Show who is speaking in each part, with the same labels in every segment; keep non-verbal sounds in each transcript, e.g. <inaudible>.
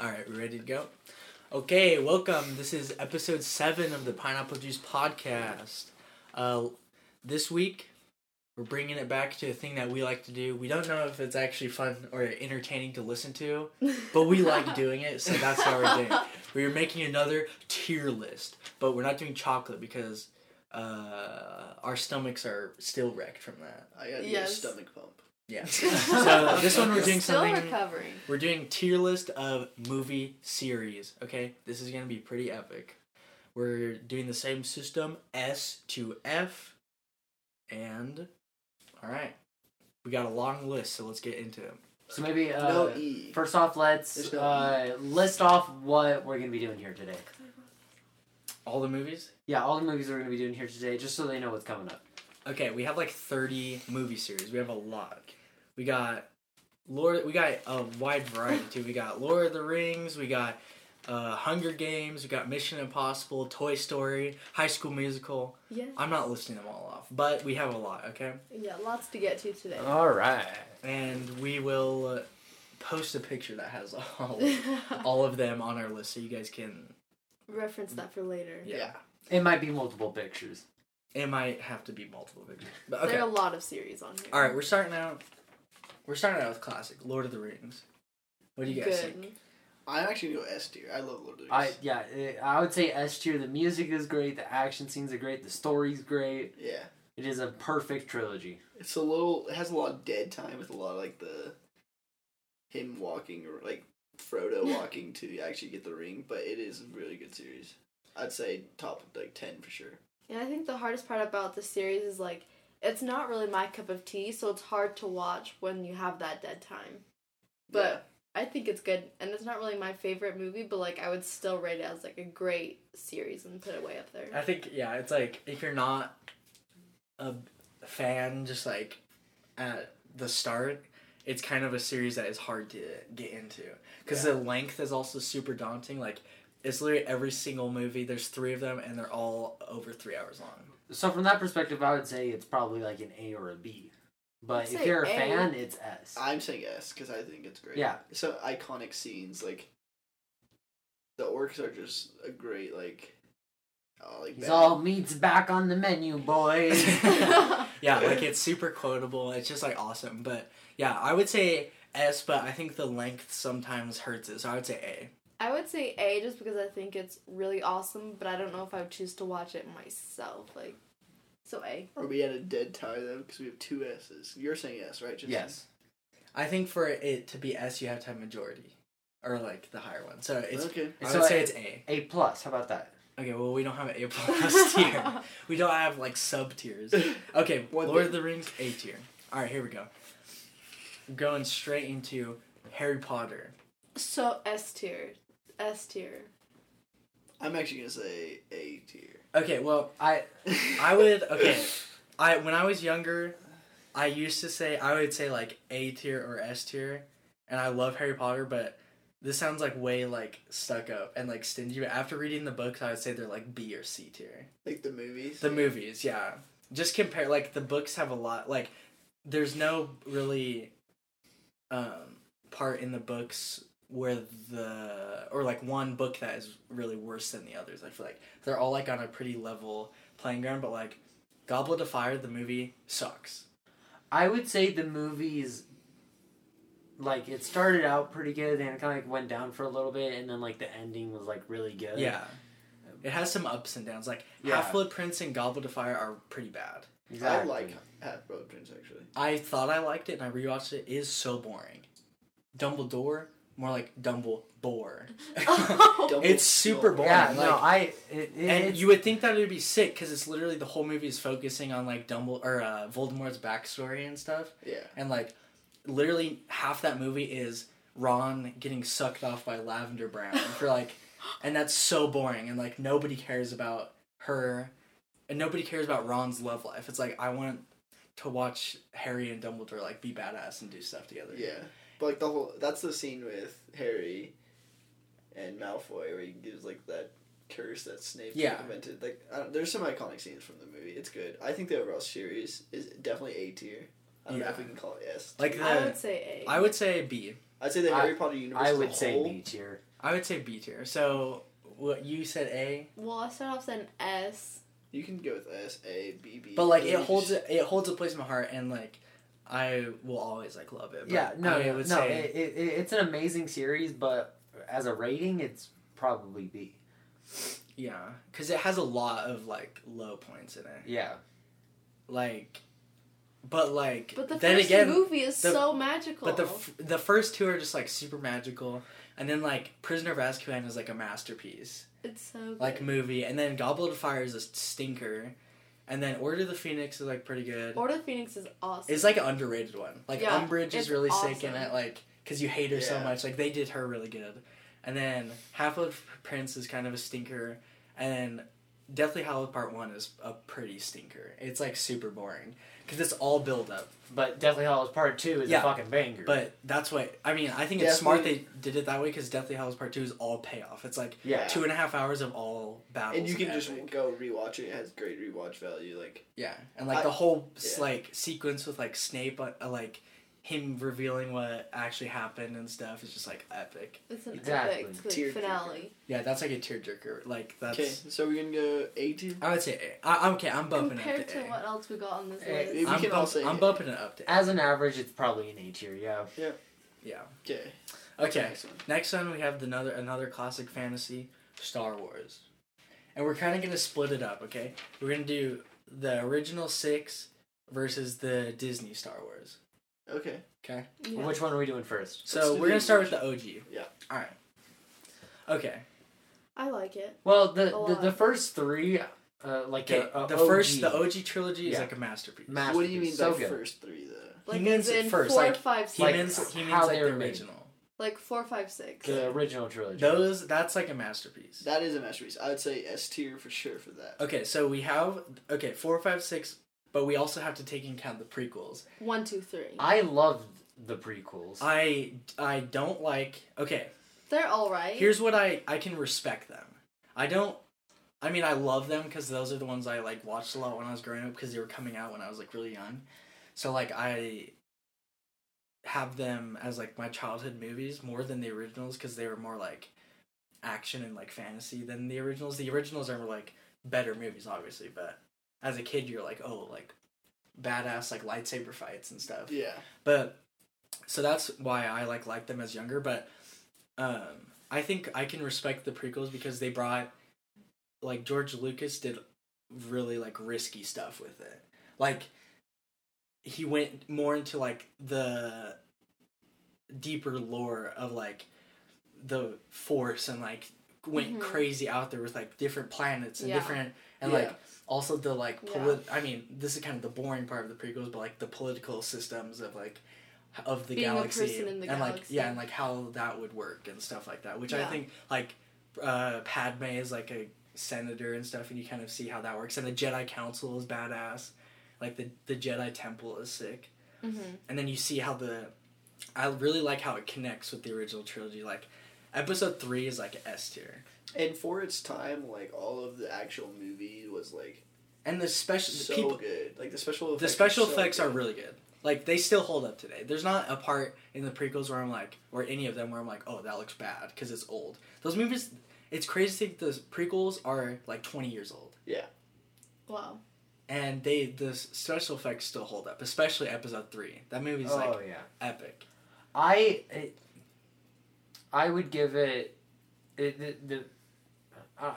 Speaker 1: All right, we ready to go? Okay, welcome. This is episode seven of the Pineapple Juice Podcast. Uh, this week, we're bringing it back to a thing that we like to do. We don't know if it's actually fun or entertaining to listen to, but we
Speaker 2: <laughs>
Speaker 1: like doing it, so that's how we're doing. it. We're making another tier list, but we're not doing chocolate because uh, our stomachs are still wrecked from that.
Speaker 3: I gotta get a
Speaker 2: Yes.
Speaker 3: stomach pump.
Speaker 1: Yeah. So this one we're doing
Speaker 2: Still
Speaker 1: something.
Speaker 2: recovering.
Speaker 1: We're doing tier list of movie series. Okay, this is gonna be pretty epic. We're doing the same system S to F, and all right, we got a long list, so let's get into it.
Speaker 4: So maybe uh,
Speaker 3: no E.
Speaker 4: first off, let's
Speaker 3: There's no e-
Speaker 4: uh, list off what we're gonna be doing here today.
Speaker 1: All the movies.
Speaker 4: Yeah, all the movies we're gonna be doing here today, just so they know what's coming up.
Speaker 1: Okay, we have like thirty movie series. We have a lot. We got Lord. We got a wide variety too. We got Lord of the Rings. We got uh, Hunger Games. We got Mission Impossible, Toy Story, High School Musical.
Speaker 2: Yeah.
Speaker 1: I'm not listing them all off, but we have a lot. Okay.
Speaker 2: Yeah, lots to get to today.
Speaker 1: Oh.
Speaker 4: All right.
Speaker 1: and we will uh, post a picture that has all
Speaker 2: <laughs>
Speaker 1: all of them on our list, so you guys can.
Speaker 2: <laughs> Reference that for later.
Speaker 1: Yeah.
Speaker 4: It might be multiple pictures.
Speaker 1: It might have to be multiple pictures. But okay.
Speaker 2: There are a lot of series on here.
Speaker 1: All right, we're starting out. We're starting out with classic Lord of the Rings. What do you guys
Speaker 2: Good.
Speaker 1: think?
Speaker 3: I'm actually gonna go S tier. I love Lord of the Rings.
Speaker 4: I yeah, eh, I would say S tier. The music is great. The action scenes are great. The story's great.
Speaker 3: yeah,
Speaker 4: It is a perfect trilogy.
Speaker 3: it's a little. It has a lot of dead time with a lot of like the him walking or like
Speaker 2: <laughs>
Speaker 3: Frodo walking to actually get the ring, but it is a really good series. I'd say top like ten for sure.
Speaker 2: And I think the hardest part about this series is like it's not really my cup of tea, so it's hard to watch when you have that dead time. But I think it's good, and it's not really my favorite movie, but like I would still rate it as like a great series and put it way
Speaker 1: <laughs>
Speaker 2: up there. <laughs>
Speaker 1: I think yeah, it's like if you're not a fan, just like at the start, it's kind of a series that is hard to get into because the length is also super daunting. Like it's literally every single movie. There's three of them, and they're all over three hours long.
Speaker 4: So from that perspective, I would say it's probably like an A or a B. But
Speaker 2: I'd
Speaker 4: if
Speaker 2: say
Speaker 4: you're a,
Speaker 2: A.
Speaker 4: fan, it's S.
Speaker 3: I'm saying S because I think it's great.
Speaker 4: Yeah.
Speaker 3: So iconic scenes like the orcs are just a great like. Oh, like
Speaker 4: He's
Speaker 3: bad-
Speaker 4: all meats back on the menu, boys.
Speaker 3: <laughs>
Speaker 1: Yeah, like it's super quotable. It's just like awesome. But yeah, I would say S, but I think the length sometimes hurts it. So I would say
Speaker 2: I would say A just because I think it's really awesome, but I don't know if I would choose to watch it myself. Like, so A.
Speaker 3: Are we at a dead tie though? Because we have two S's. You're saying S, right? Justin?
Speaker 4: yes.
Speaker 1: A. I think for it to be S, you have to have majority or like the higher one. So it's. <laughs>
Speaker 3: okay.
Speaker 1: I
Speaker 4: So
Speaker 1: would say
Speaker 4: I-
Speaker 1: it's A.
Speaker 4: A plus. How about that?
Speaker 1: Okay, well, we don't have an A plus <laughs> tier. We don't have like sub tiers. Okay,
Speaker 3: One
Speaker 1: Lord
Speaker 3: tier.
Speaker 1: of the Rings A tier. All right, here we go. Going straight into Harry Potter.
Speaker 2: So S tier. S <laughs> tier.
Speaker 3: I'm actually gonna say A tier.
Speaker 1: Okay, well,
Speaker 4: I
Speaker 1: I
Speaker 3: <laughs>
Speaker 1: would okay. I when I was younger, I used to say I would say like A tier or S tier, and I love Harry Potter, but this sounds like way like stuck up and like stingy. But after reading the books, I would say they're like B or C tier.
Speaker 3: like the movies.
Speaker 1: The movies, yeah. Just compare like the books have a lot like there's no really um part in the books where the or like one book that is really worse than the others. I feel like they're all like on a pretty level playing ground, but like Goblet of Fire the movie sucks.
Speaker 4: I would say the movies like it started out pretty good and it kind of like went down for a little bit and then like the ending was like really good.
Speaker 1: Yeah. It has some ups and downs. Like
Speaker 4: Yeah.
Speaker 1: Half Blood Prince and Goblet of Fire are pretty bad.
Speaker 3: I
Speaker 4: Exactly.
Speaker 3: like Half Blood Prince actually.
Speaker 1: I thought I liked it and I rewatched it. It is so boring. Dumbledore, more like
Speaker 4: <laughs>
Speaker 1: Dumbledore.
Speaker 3: Dumble-
Speaker 1: It's super
Speaker 3: no,
Speaker 1: boring.
Speaker 4: Yeah, no,
Speaker 1: like-
Speaker 4: I it, it,
Speaker 1: And
Speaker 4: it's-
Speaker 1: you would think that it would be sick because it's literally the whole movie is focusing on like Dumbledore or uh, Voldemort's backstory and stuff,
Speaker 3: Yeah.
Speaker 1: and like literally half that movie is Ron getting sucked off by Lavender Brown for
Speaker 4: <gasps>
Speaker 1: like, and that's so boring and like nobody cares about her, and nobody cares about Ron's love life. It's like I want to watch Harry and Dumbledore like be badass and do stuff together.
Speaker 3: Yeah. But like the whole that's the scene with Harry and Malfoy where he gives like that curse that Snape
Speaker 1: Yeah.
Speaker 3: invented. Like I don't, there's some iconic scenes from the movie. It's good. I think the overall series is definitely A tier. I don't know
Speaker 1: Yeah.
Speaker 3: if we can call it S.
Speaker 1: Like
Speaker 2: I
Speaker 1: the,
Speaker 2: would say A.
Speaker 1: I would say B.
Speaker 3: I'd say the
Speaker 4: I-
Speaker 3: Harry Potter universe.
Speaker 4: I
Speaker 3: as a
Speaker 4: would say
Speaker 3: whole,
Speaker 4: B tier.
Speaker 1: I would say B tier. So what you said A,
Speaker 2: Well, I start off saying S.
Speaker 3: You can go with S A B B.
Speaker 1: but like
Speaker 3: or
Speaker 1: it
Speaker 3: you just-
Speaker 1: holds a, it holds a place in my heart, and like I will always like love it. But
Speaker 4: yeah, no,
Speaker 1: I
Speaker 4: no,
Speaker 1: would
Speaker 4: no,
Speaker 1: say
Speaker 4: it, it, it- it's an amazing series, but as a rating, it's probably B.
Speaker 1: yeah, because it has a lot of like low points in it.
Speaker 4: Yeah,
Speaker 1: Like, but like
Speaker 2: But the
Speaker 1: then
Speaker 2: first
Speaker 1: again,
Speaker 2: movie is
Speaker 1: the-
Speaker 2: so magical.
Speaker 1: But the f- the first two are just like super magical, and then like Prisoner of Azkaban is like a masterpiece,
Speaker 2: it's so good.
Speaker 1: like movie, and then Goblet of Fire is a stinker, and then Order of the Phoenix is like pretty good.
Speaker 2: Order of the Phoenix is awesome.
Speaker 1: It's like an underrated one. Like
Speaker 2: Yeah,
Speaker 1: Umbridge is
Speaker 2: it's
Speaker 1: really sick in
Speaker 2: awesome.
Speaker 1: it, like because you hate her so
Speaker 3: Yeah.
Speaker 1: much. Like they did her really good, and then Half Blood Prince is kind of a stinker, and then Deathly Hallows Part One is a pretty stinker. It's like super boring because it's all build up.
Speaker 4: but Deathly Hallows Part Two is
Speaker 1: Yeah,
Speaker 4: a fucking banger.
Speaker 1: But that's what I mean. I think it's smart they did it that way because Deathly Hallows Part Two is all payoff. It's like
Speaker 4: yeah,
Speaker 1: two and a half hours of all battles.
Speaker 3: And you can just
Speaker 1: epic.
Speaker 3: go rewatch it. It has great rewatch value. Like
Speaker 1: yeah, and like
Speaker 3: I-
Speaker 1: the whole s
Speaker 3: yeah.
Speaker 1: like sequence with like Snape, uh, uh, like him revealing what actually happened and stuff is just like epic.
Speaker 2: It's an
Speaker 4: Exactly.
Speaker 2: epic
Speaker 3: Tear
Speaker 2: finale.
Speaker 1: Yeah, that's like a tearjerker. Like that's
Speaker 3: okay, so we're gonna go A tier.
Speaker 1: I would say A. I, I'm okay. I'm bumping it
Speaker 2: Compared
Speaker 1: up
Speaker 2: to
Speaker 1: to, A.
Speaker 2: what else we got on this
Speaker 4: Eh,
Speaker 2: list.
Speaker 3: we
Speaker 1: I'm,
Speaker 3: can
Speaker 1: bump-
Speaker 3: all say
Speaker 1: I'm
Speaker 3: A.
Speaker 1: bumping it up to A.
Speaker 4: as an average, it's probably an A tier. Yeah,
Speaker 1: Yeah.
Speaker 3: Okay.
Speaker 1: Okay.
Speaker 3: Next one.
Speaker 1: Next one, we have the another another classic fantasy, Star Wars, and we're kind of gonna split it up. Okay, we're gonna do the original six versus the Disney Star Wars.
Speaker 3: Okay.
Speaker 1: Okay,
Speaker 2: Yeah.
Speaker 4: Which one are we doing first?
Speaker 1: so
Speaker 3: do
Speaker 1: we're
Speaker 3: the
Speaker 1: gonna start with the OG.
Speaker 3: Yeah.
Speaker 1: All right. Okay.
Speaker 2: I like it.
Speaker 4: Well, the
Speaker 2: A
Speaker 4: the, the
Speaker 2: lot.
Speaker 4: first three, uh, like
Speaker 1: Okay.
Speaker 4: uh,
Speaker 1: the
Speaker 4: OG.
Speaker 1: first, the OG trilogy is
Speaker 4: Yeah.
Speaker 1: like a masterpiece.
Speaker 4: Ma-
Speaker 3: What do you mean
Speaker 4: Masterpiece. So
Speaker 3: by
Speaker 4: good.
Speaker 3: first three though?
Speaker 1: He
Speaker 2: Like
Speaker 1: means
Speaker 2: as
Speaker 1: it
Speaker 2: in
Speaker 1: first,
Speaker 2: four,
Speaker 1: like,
Speaker 2: five,
Speaker 1: he
Speaker 2: six.
Speaker 4: like,
Speaker 1: means he means
Speaker 4: how
Speaker 1: like
Speaker 4: they
Speaker 1: the
Speaker 4: were made.
Speaker 1: original.
Speaker 2: like four, five, six.
Speaker 4: the original trilogy.
Speaker 1: Those that's like a masterpiece.
Speaker 3: That is a masterpiece. I would say S tier for sure for that.
Speaker 1: Okay, so we have okay four, five, six, but we also have to take into account the prequels.
Speaker 2: One, two, three.
Speaker 4: I loved the prequels.
Speaker 1: I I don't like. Okay,
Speaker 2: They're all right.
Speaker 1: here's what I I can respect them. I don't. I mean, I love them because those are the ones I like watched a lot when I was growing up because they were coming out when I was like really young. So like I have them as like my childhood movies more than the originals because they were more like action and like fantasy than the originals. The originals are like better movies, obviously, but as a kid, you're like, oh, like badass like lightsaber fights and stuff
Speaker 3: Yeah.
Speaker 1: but so that's why I like liked them as younger. But um, I think I can respect the prequels because they brought like George Lucas did really like risky stuff with it. Like he went more into like the deeper lore of like the force and like went
Speaker 2: Mhm.
Speaker 1: crazy out there with like different planets and
Speaker 2: Yeah.
Speaker 1: different and
Speaker 3: yeah.
Speaker 1: like also the like
Speaker 2: Yeah.
Speaker 1: polit- I mean, this is kind of the boring part of the prequels, but like the political systems of like h- of the
Speaker 2: Being a
Speaker 1: galaxy
Speaker 2: person in the
Speaker 1: and like
Speaker 2: galaxy.
Speaker 1: yeah, and like how that would work and stuff like that. Which I
Speaker 2: Yeah.
Speaker 1: think like uh, Padme is like a senator and stuff, and you kind of see how that works. And the Jedi Council is badass. Like the the Jedi Temple is sick
Speaker 2: Mhm.
Speaker 1: and then you see how the I really like how it connects with the original trilogy. Like episode three is like S tier,
Speaker 3: And for its time, like all of the actual movie was like
Speaker 1: and the special
Speaker 3: so
Speaker 1: the people
Speaker 3: good. Like the special effects.
Speaker 1: the special
Speaker 3: are so
Speaker 1: effects are
Speaker 3: good.
Speaker 1: really good. Like they still hold up today. There's not a part in the prequels where I'm like, or any of them where I'm like, oh, that looks bad because it's old. Those movies, it's crazy to think those prequels are like 20 years old,
Speaker 2: Wow.
Speaker 1: and they the s- special effects still hold up, especially episode three. That movie's
Speaker 4: oh
Speaker 1: like
Speaker 4: yeah.
Speaker 1: epic.
Speaker 4: I it, I would give it, it the, the uh,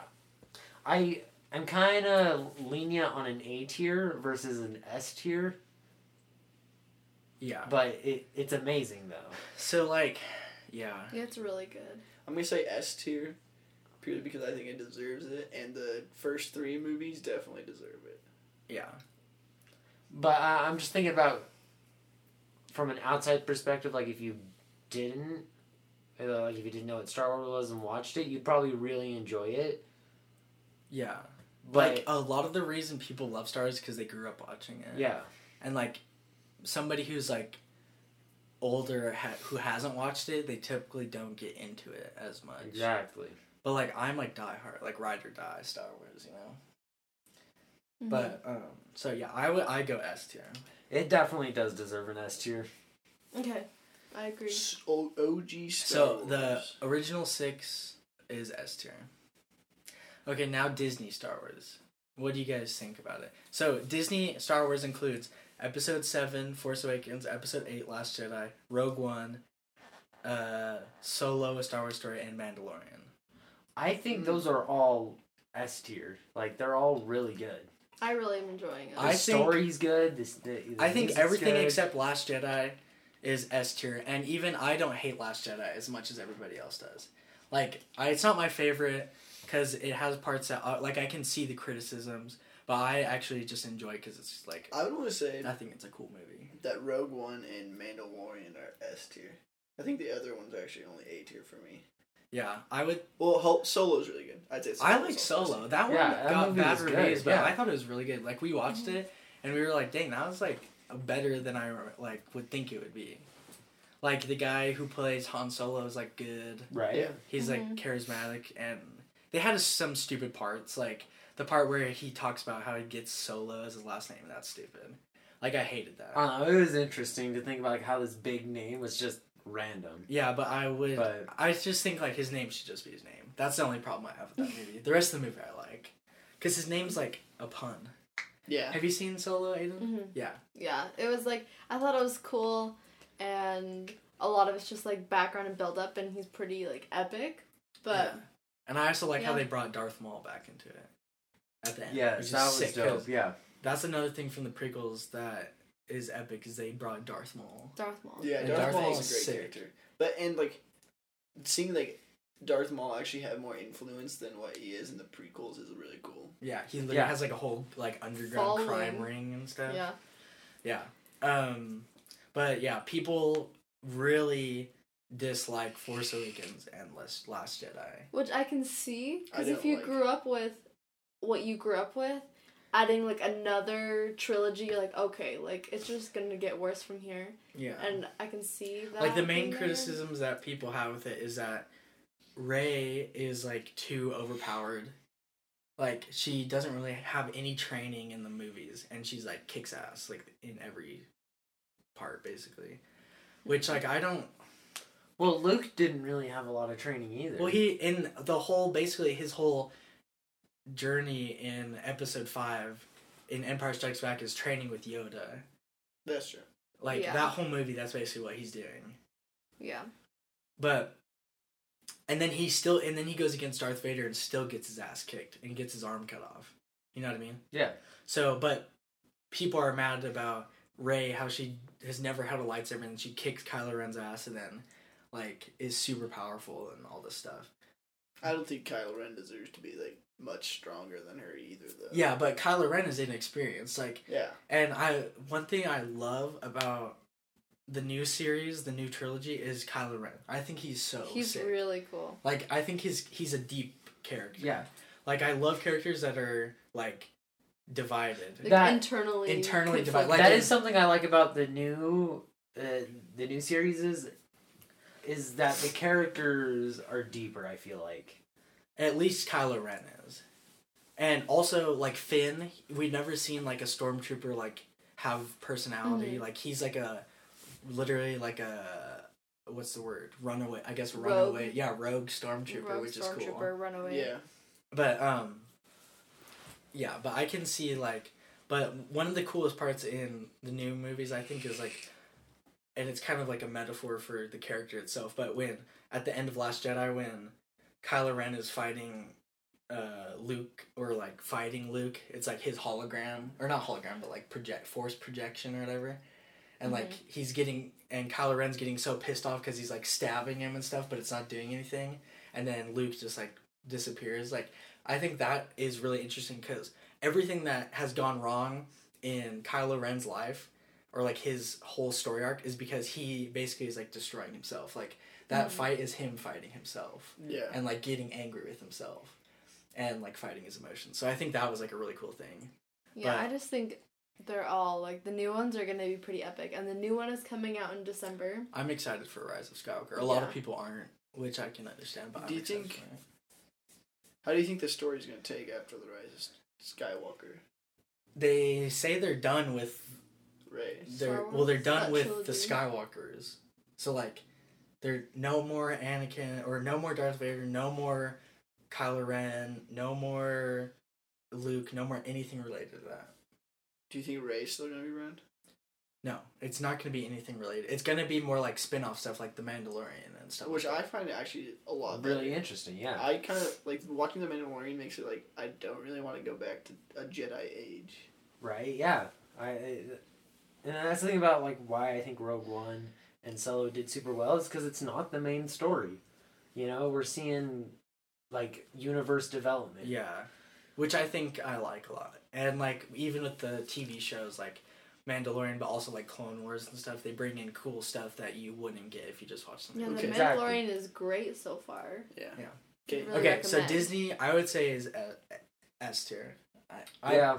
Speaker 4: I I'm kind of lenient on an A tier versus an S tier,
Speaker 1: Yeah.
Speaker 4: but it, it's amazing though.
Speaker 1: So like, yeah.
Speaker 2: Yeah, it's really good.
Speaker 3: I'm gonna say S tier, purely because I think it deserves it, and the first three movies definitely deserve it.
Speaker 1: Yeah.
Speaker 4: But I, I'm just thinking about from an outside perspective. Like if you didn't, uh, like if you didn't know what Star Wars was and watched it, you'd probably really enjoy it.
Speaker 1: Yeah.
Speaker 4: But
Speaker 1: like oh, a lot of the reason people love Star Wars because they grew up watching it.
Speaker 4: yeah,
Speaker 1: and like somebody who's like older ha- who hasn't watched it, they typically don't get into it as much.
Speaker 4: exactly.
Speaker 1: But like I'm like diehard, like ride or die Star Wars, you know.
Speaker 2: Mhm.
Speaker 1: But um, so yeah, I would I go S tier.
Speaker 4: It definitely does deserve an S tier.
Speaker 2: Mm-hmm. okay, I agree.
Speaker 3: S- O- OG Star
Speaker 1: So the
Speaker 3: Wars.
Speaker 1: original six is S tier. Okay, now Disney Star Wars. What do you guys think about it? So Disney Star Wars includes Episode Seven, Force Awakens, Episode Eight, Last Jedi, Rogue One, uh, Solo, A Star Wars Story, and Mandalorian.
Speaker 4: I think
Speaker 1: Hmm.
Speaker 3: Mm.
Speaker 4: those are all S tier. Like they're all really good.
Speaker 2: I really am enjoying it.
Speaker 4: The
Speaker 1: I think-
Speaker 4: story's good. This, the, the
Speaker 1: I think
Speaker 4: music's
Speaker 1: everything
Speaker 4: good.
Speaker 1: except Last Jedi is S tier, and even I don't hate Last Jedi as much as everybody else does. Like, I, it's not my favorite because it has parts that are, like I can see the criticisms, but I actually just enjoy because it's just like
Speaker 3: I would want to say
Speaker 1: I think it's a cool movie.
Speaker 3: that Rogue One and Mandalorian are S tier. I think the other ones are actually only A tier for me.
Speaker 1: Yeah, I would.
Speaker 3: Well, Ho- Solo's really good. I'd say
Speaker 1: I
Speaker 3: Solo's
Speaker 1: like
Speaker 3: also S tier.
Speaker 1: Solo. That one
Speaker 4: Yeah, that
Speaker 1: got
Speaker 4: movie
Speaker 1: bad
Speaker 4: was good,
Speaker 1: reviews, but
Speaker 4: yeah. Mm-hmm.
Speaker 1: I thought it was really good. Like we watched it and we were like, "Dang, that was like better than I like would think it would be." Like the guy who plays Han Solo is like good.
Speaker 4: right.
Speaker 3: Yeah.
Speaker 1: He's
Speaker 2: Mhm.
Speaker 1: like charismatic, and they had some stupid parts, like the part where he talks about how he gets Solo as his last name. That's stupid. Like I hated that.
Speaker 4: I don't know. It was interesting to think about like, how this big name was just random.
Speaker 1: yeah, but I would.
Speaker 4: But-
Speaker 1: I just think like his name should just be his name. That's the only problem I have with that movie. The rest of the movie I like, because his name's like a pun.
Speaker 3: Yeah.
Speaker 1: Have you seen Solo, Aiden?
Speaker 2: hmm
Speaker 1: Yeah.
Speaker 2: Yeah, it was like I thought it was cool, and a lot of it's just like background and build up, and he's pretty like epic, but
Speaker 1: Yeah. And I also like how
Speaker 2: Yeah.
Speaker 1: they brought Darth Maul back into it at the end.
Speaker 4: Yeah,
Speaker 1: which is
Speaker 4: that was
Speaker 1: sick, 'cause
Speaker 4: dope. Yeah.
Speaker 1: That's another thing from the prequels that is epic is they brought Darth Maul.
Speaker 2: Darth Maul.
Speaker 3: Yeah,
Speaker 1: And
Speaker 3: Darth,
Speaker 1: Darth
Speaker 3: Maul
Speaker 1: Maul's
Speaker 3: is a great
Speaker 1: sick.
Speaker 3: character. But and like seeing like Darth Maul actually have more influence than what he is in the prequels is really cool.
Speaker 1: Yeah, he literally
Speaker 4: Yeah.
Speaker 1: has like a whole like underground
Speaker 2: Following.
Speaker 1: crime ring and stuff.
Speaker 2: Yeah.
Speaker 1: Yeah. Um but yeah, people really dislike Force Awakens and Last Last Jedi.
Speaker 2: which I can see
Speaker 3: I
Speaker 2: because if
Speaker 3: don't
Speaker 2: you
Speaker 3: like-
Speaker 2: grew up with what you grew up with, adding like another trilogy, you're like, okay, like it's just gonna get worse from here,
Speaker 1: Yeah.
Speaker 2: and I can see that.
Speaker 1: like the main
Speaker 2: being there.
Speaker 1: criticisms that people have with it is that Rey is like too overpowered. Like she doesn't really have any training in the movies and she's like kicks ass like in every part basically. Which like I don't
Speaker 4: Well, Luke didn't really have a lot of training either.
Speaker 1: Well, he in the whole basically his whole journey in episode five in Empire Strikes Back is training with Yoda.
Speaker 3: That's true.
Speaker 1: Like
Speaker 2: Yeah.
Speaker 1: that whole movie, that's basically what he's doing.
Speaker 2: Yeah,
Speaker 1: But and then he still and then he goes against Darth Vader and still gets his ass kicked and gets his arm cut off. You know what I mean?
Speaker 4: yeah.
Speaker 1: So, but people are mad about Ray how she has never held a lightsaber and she kicks Kylo Ren's ass and then like is super powerful and all this stuff.
Speaker 3: I don't think Kylo Ren deserves to be like much stronger than her either though.
Speaker 1: Yeah, but Kylo Ren is inexperienced. Like
Speaker 3: Yeah.
Speaker 1: And I one thing I love about the new series, the new trilogy, is Kylo Ren. I think he's so
Speaker 2: he's
Speaker 1: sick.
Speaker 2: really cool.
Speaker 1: like I think he's he's a deep character.
Speaker 4: Yeah.
Speaker 1: Like I love characters that are like divided.
Speaker 2: Like
Speaker 4: That-
Speaker 2: internally,
Speaker 1: Internally
Speaker 2: conflicted.
Speaker 1: divided, like-
Speaker 4: that
Speaker 1: in-
Speaker 4: is something I like about the new uh, the new series is is that the characters are deeper. I feel like
Speaker 1: At least Kylo Ren is. And also like Finn, we've never seen like a stormtrooper like have personality.
Speaker 2: Mhm.
Speaker 1: Like he's like a literally like a what's the word? Runaway. I guess
Speaker 2: Rogue.
Speaker 1: runaway. Yeah, rogue stormtrooper,
Speaker 2: Rogue
Speaker 1: which is cool.
Speaker 2: Stormtrooper, Runaway.
Speaker 3: Oh, Yeah.
Speaker 1: But um yeah, but I can see like but one of the coolest parts in the new movies I think is like and it's kind of like a metaphor for the character itself, but when at the end of Last Jedi when Kylo Ren is fighting uh Luke or like fighting Luke, it's like his hologram or not hologram but like project force projection or whatever. And like he's getting and Kylo Ren's getting so pissed off cuz he's like stabbing him and stuff, but it's not doing anything. And then Luke just like disappears. Like I think that is really interesting because everything that has gone wrong in Kylo Ren's life, or like his whole story arc, is because he basically is like destroying himself. Like that
Speaker 2: Mhm.
Speaker 3: Mm-hmm.
Speaker 1: fight is him fighting himself
Speaker 3: Yeah.
Speaker 1: and like getting angry with himself and like fighting his emotions. So I think that was like a really cool thing.
Speaker 2: Yeah,
Speaker 1: But-
Speaker 2: I just think they're all like the new ones are gonna be pretty epic, and the new one is coming out in December.
Speaker 1: I'm excited for Rise of Skywalker. A lot
Speaker 2: Yeah.
Speaker 1: of people aren't, which I can understand. But
Speaker 3: Do
Speaker 1: I'm
Speaker 3: you
Speaker 1: excited
Speaker 3: think-
Speaker 1: for it.
Speaker 3: How do you think the story's gonna take after the rise of Skywalker?
Speaker 1: they say they're done with
Speaker 3: Ray.
Speaker 2: Star
Speaker 1: their
Speaker 2: Wars?
Speaker 1: well they're done
Speaker 2: That
Speaker 1: with the
Speaker 2: trilogy?
Speaker 1: Skywalkers? So like, there no more Anakin or no more Darth Vader, no more Kylo Ren, no more Luke, no more anything related to that.
Speaker 3: Do you think Ray's still gonna be around?
Speaker 1: No, it's not gonna be anything related. It's gonna be more like spin off stuff like The Mandalorian and stuff.
Speaker 3: Which
Speaker 1: like
Speaker 3: I
Speaker 1: that.
Speaker 3: find actually a lot better.
Speaker 4: Really interesting, yeah.
Speaker 3: I kind of like watching The Mandalorian makes it like I don't really want to go back to a Jedi age.
Speaker 4: Right? Yeah. I, I and that's the thing about like why I think Rogue One and Solo did super well is because it's not the main story. You know, we're seeing like universe development.
Speaker 1: Yeah, which I think I like a lot. And like even with the TV shows like Mandalorian, but also like Clone Wars and stuff, they bring in cool stuff that you wouldn't get if you just watched them.
Speaker 2: Yeah,
Speaker 3: Okay.
Speaker 2: The
Speaker 4: Exactly.
Speaker 2: Mandalorian is great so far.
Speaker 3: Yeah.
Speaker 1: Yeah.
Speaker 3: Okay.
Speaker 2: Really
Speaker 1: Okay, so
Speaker 2: recommend.
Speaker 1: Disney, I would say is a- S tier, I, I,
Speaker 4: Yeah,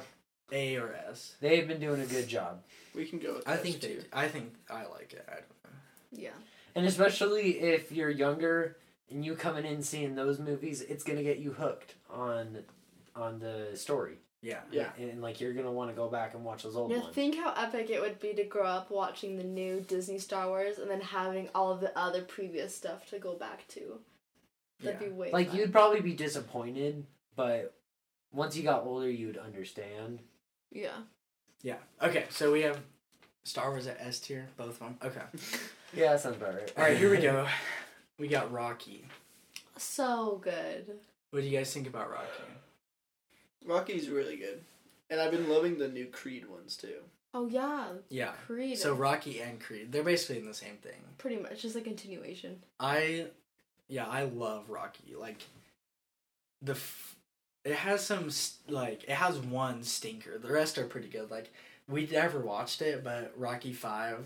Speaker 1: A or S.
Speaker 4: they've uh, been doing a good job.
Speaker 3: We can go. With
Speaker 1: I
Speaker 3: S
Speaker 1: think they,
Speaker 3: tier.
Speaker 1: I think I like it. I don't know.
Speaker 2: Yeah.
Speaker 4: And especially if you're younger and you coming in seeing those movies, it's gonna get you hooked on on the story.
Speaker 1: Yeah.
Speaker 3: Yeah.
Speaker 4: And, like you're gonna want to go back and watch those old
Speaker 2: Now
Speaker 4: ones.
Speaker 2: think how epic it would be to grow up watching the new Disney Star Wars and then having all of the other previous stuff to go back to. That'd
Speaker 1: Yeah.
Speaker 2: be way
Speaker 4: like
Speaker 2: fun.
Speaker 4: you'd probably be disappointed, but once you got older, you'd understand.
Speaker 2: Yeah.
Speaker 1: Yeah. Okay, so we have Star Wars at S tier, both of them. Okay.
Speaker 4: Yeah, that sounds about right.
Speaker 1: All right, here we go. We got Rocky.
Speaker 2: So good.
Speaker 1: What do you guys think about Rocky?
Speaker 3: <laughs> Rocky's really good, and I've been loving the new Creed
Speaker 1: <laughs>
Speaker 3: ones too.
Speaker 2: Oh yeah.
Speaker 1: Yeah.
Speaker 2: Creed.
Speaker 1: So Rocky and Creed, they're basically in the same thing.
Speaker 2: pretty much just a continuation.
Speaker 1: I, yeah, I love Rocky. Like, the, f- it has some s like it has one stinker. The rest are pretty good. Like we never watched it, but Rocky Five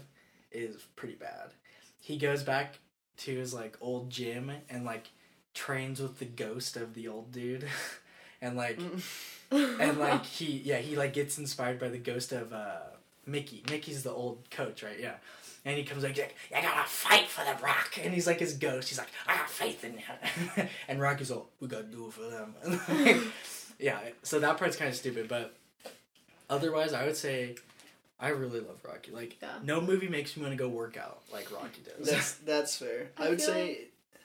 Speaker 1: is pretty bad. He goes back to his like old gym and like trains with the ghost of the old dude, <laughs> and
Speaker 3: Mm.
Speaker 1: like and like he yeah he like gets inspired by the ghost of uh mickey mickey's the old coach right yeah and he comes like, he's like i gotta fight for the rock and he's like his ghost he's like i got faith in you <laughs> and rocky's all we gotta do it for them <laughs> yeah so that part's kind of stupid but otherwise i would say i really love rocky like
Speaker 2: Yeah.
Speaker 1: no movie makes me want to go work out like rocky does
Speaker 3: That's that's fair.
Speaker 2: I
Speaker 3: I, would
Speaker 2: feel
Speaker 3: say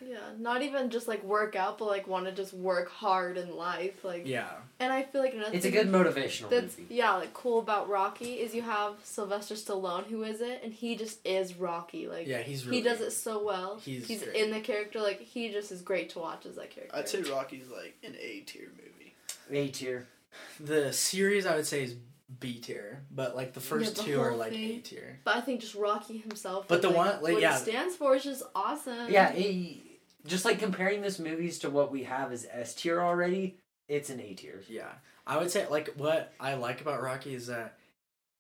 Speaker 2: yeah. Not even just like work out, but like want to just work hard in life.
Speaker 1: <laughs>
Speaker 2: Like
Speaker 1: yeah
Speaker 2: and I feel like another
Speaker 4: It's a
Speaker 2: thing
Speaker 4: good motivational
Speaker 2: that's
Speaker 4: movie.
Speaker 2: yeah, like cool about Rocky is you have Sylvester Stallone who is it and he just is Rocky. Like
Speaker 1: yeah he's really
Speaker 2: he does it so well.
Speaker 1: He's
Speaker 2: He's,
Speaker 1: great.
Speaker 2: in the character, like he just is great to watch as that character.
Speaker 3: I'd say Rocky's like an A tier movie.
Speaker 4: A tier.
Speaker 1: the series i would say is b tier but like the first
Speaker 2: the
Speaker 1: two are
Speaker 2: whole
Speaker 1: like
Speaker 2: thing.
Speaker 1: a tier
Speaker 2: But I think just Rocky himself.
Speaker 1: But the
Speaker 2: like,
Speaker 1: one- like,
Speaker 2: what
Speaker 1: yeah.
Speaker 2: he stands for is just awesome.
Speaker 4: Yeah, a, just like comparing this movies to what we have as S tier already, it's an A tier.
Speaker 1: Yeah, I would say like what I like about Rocky is that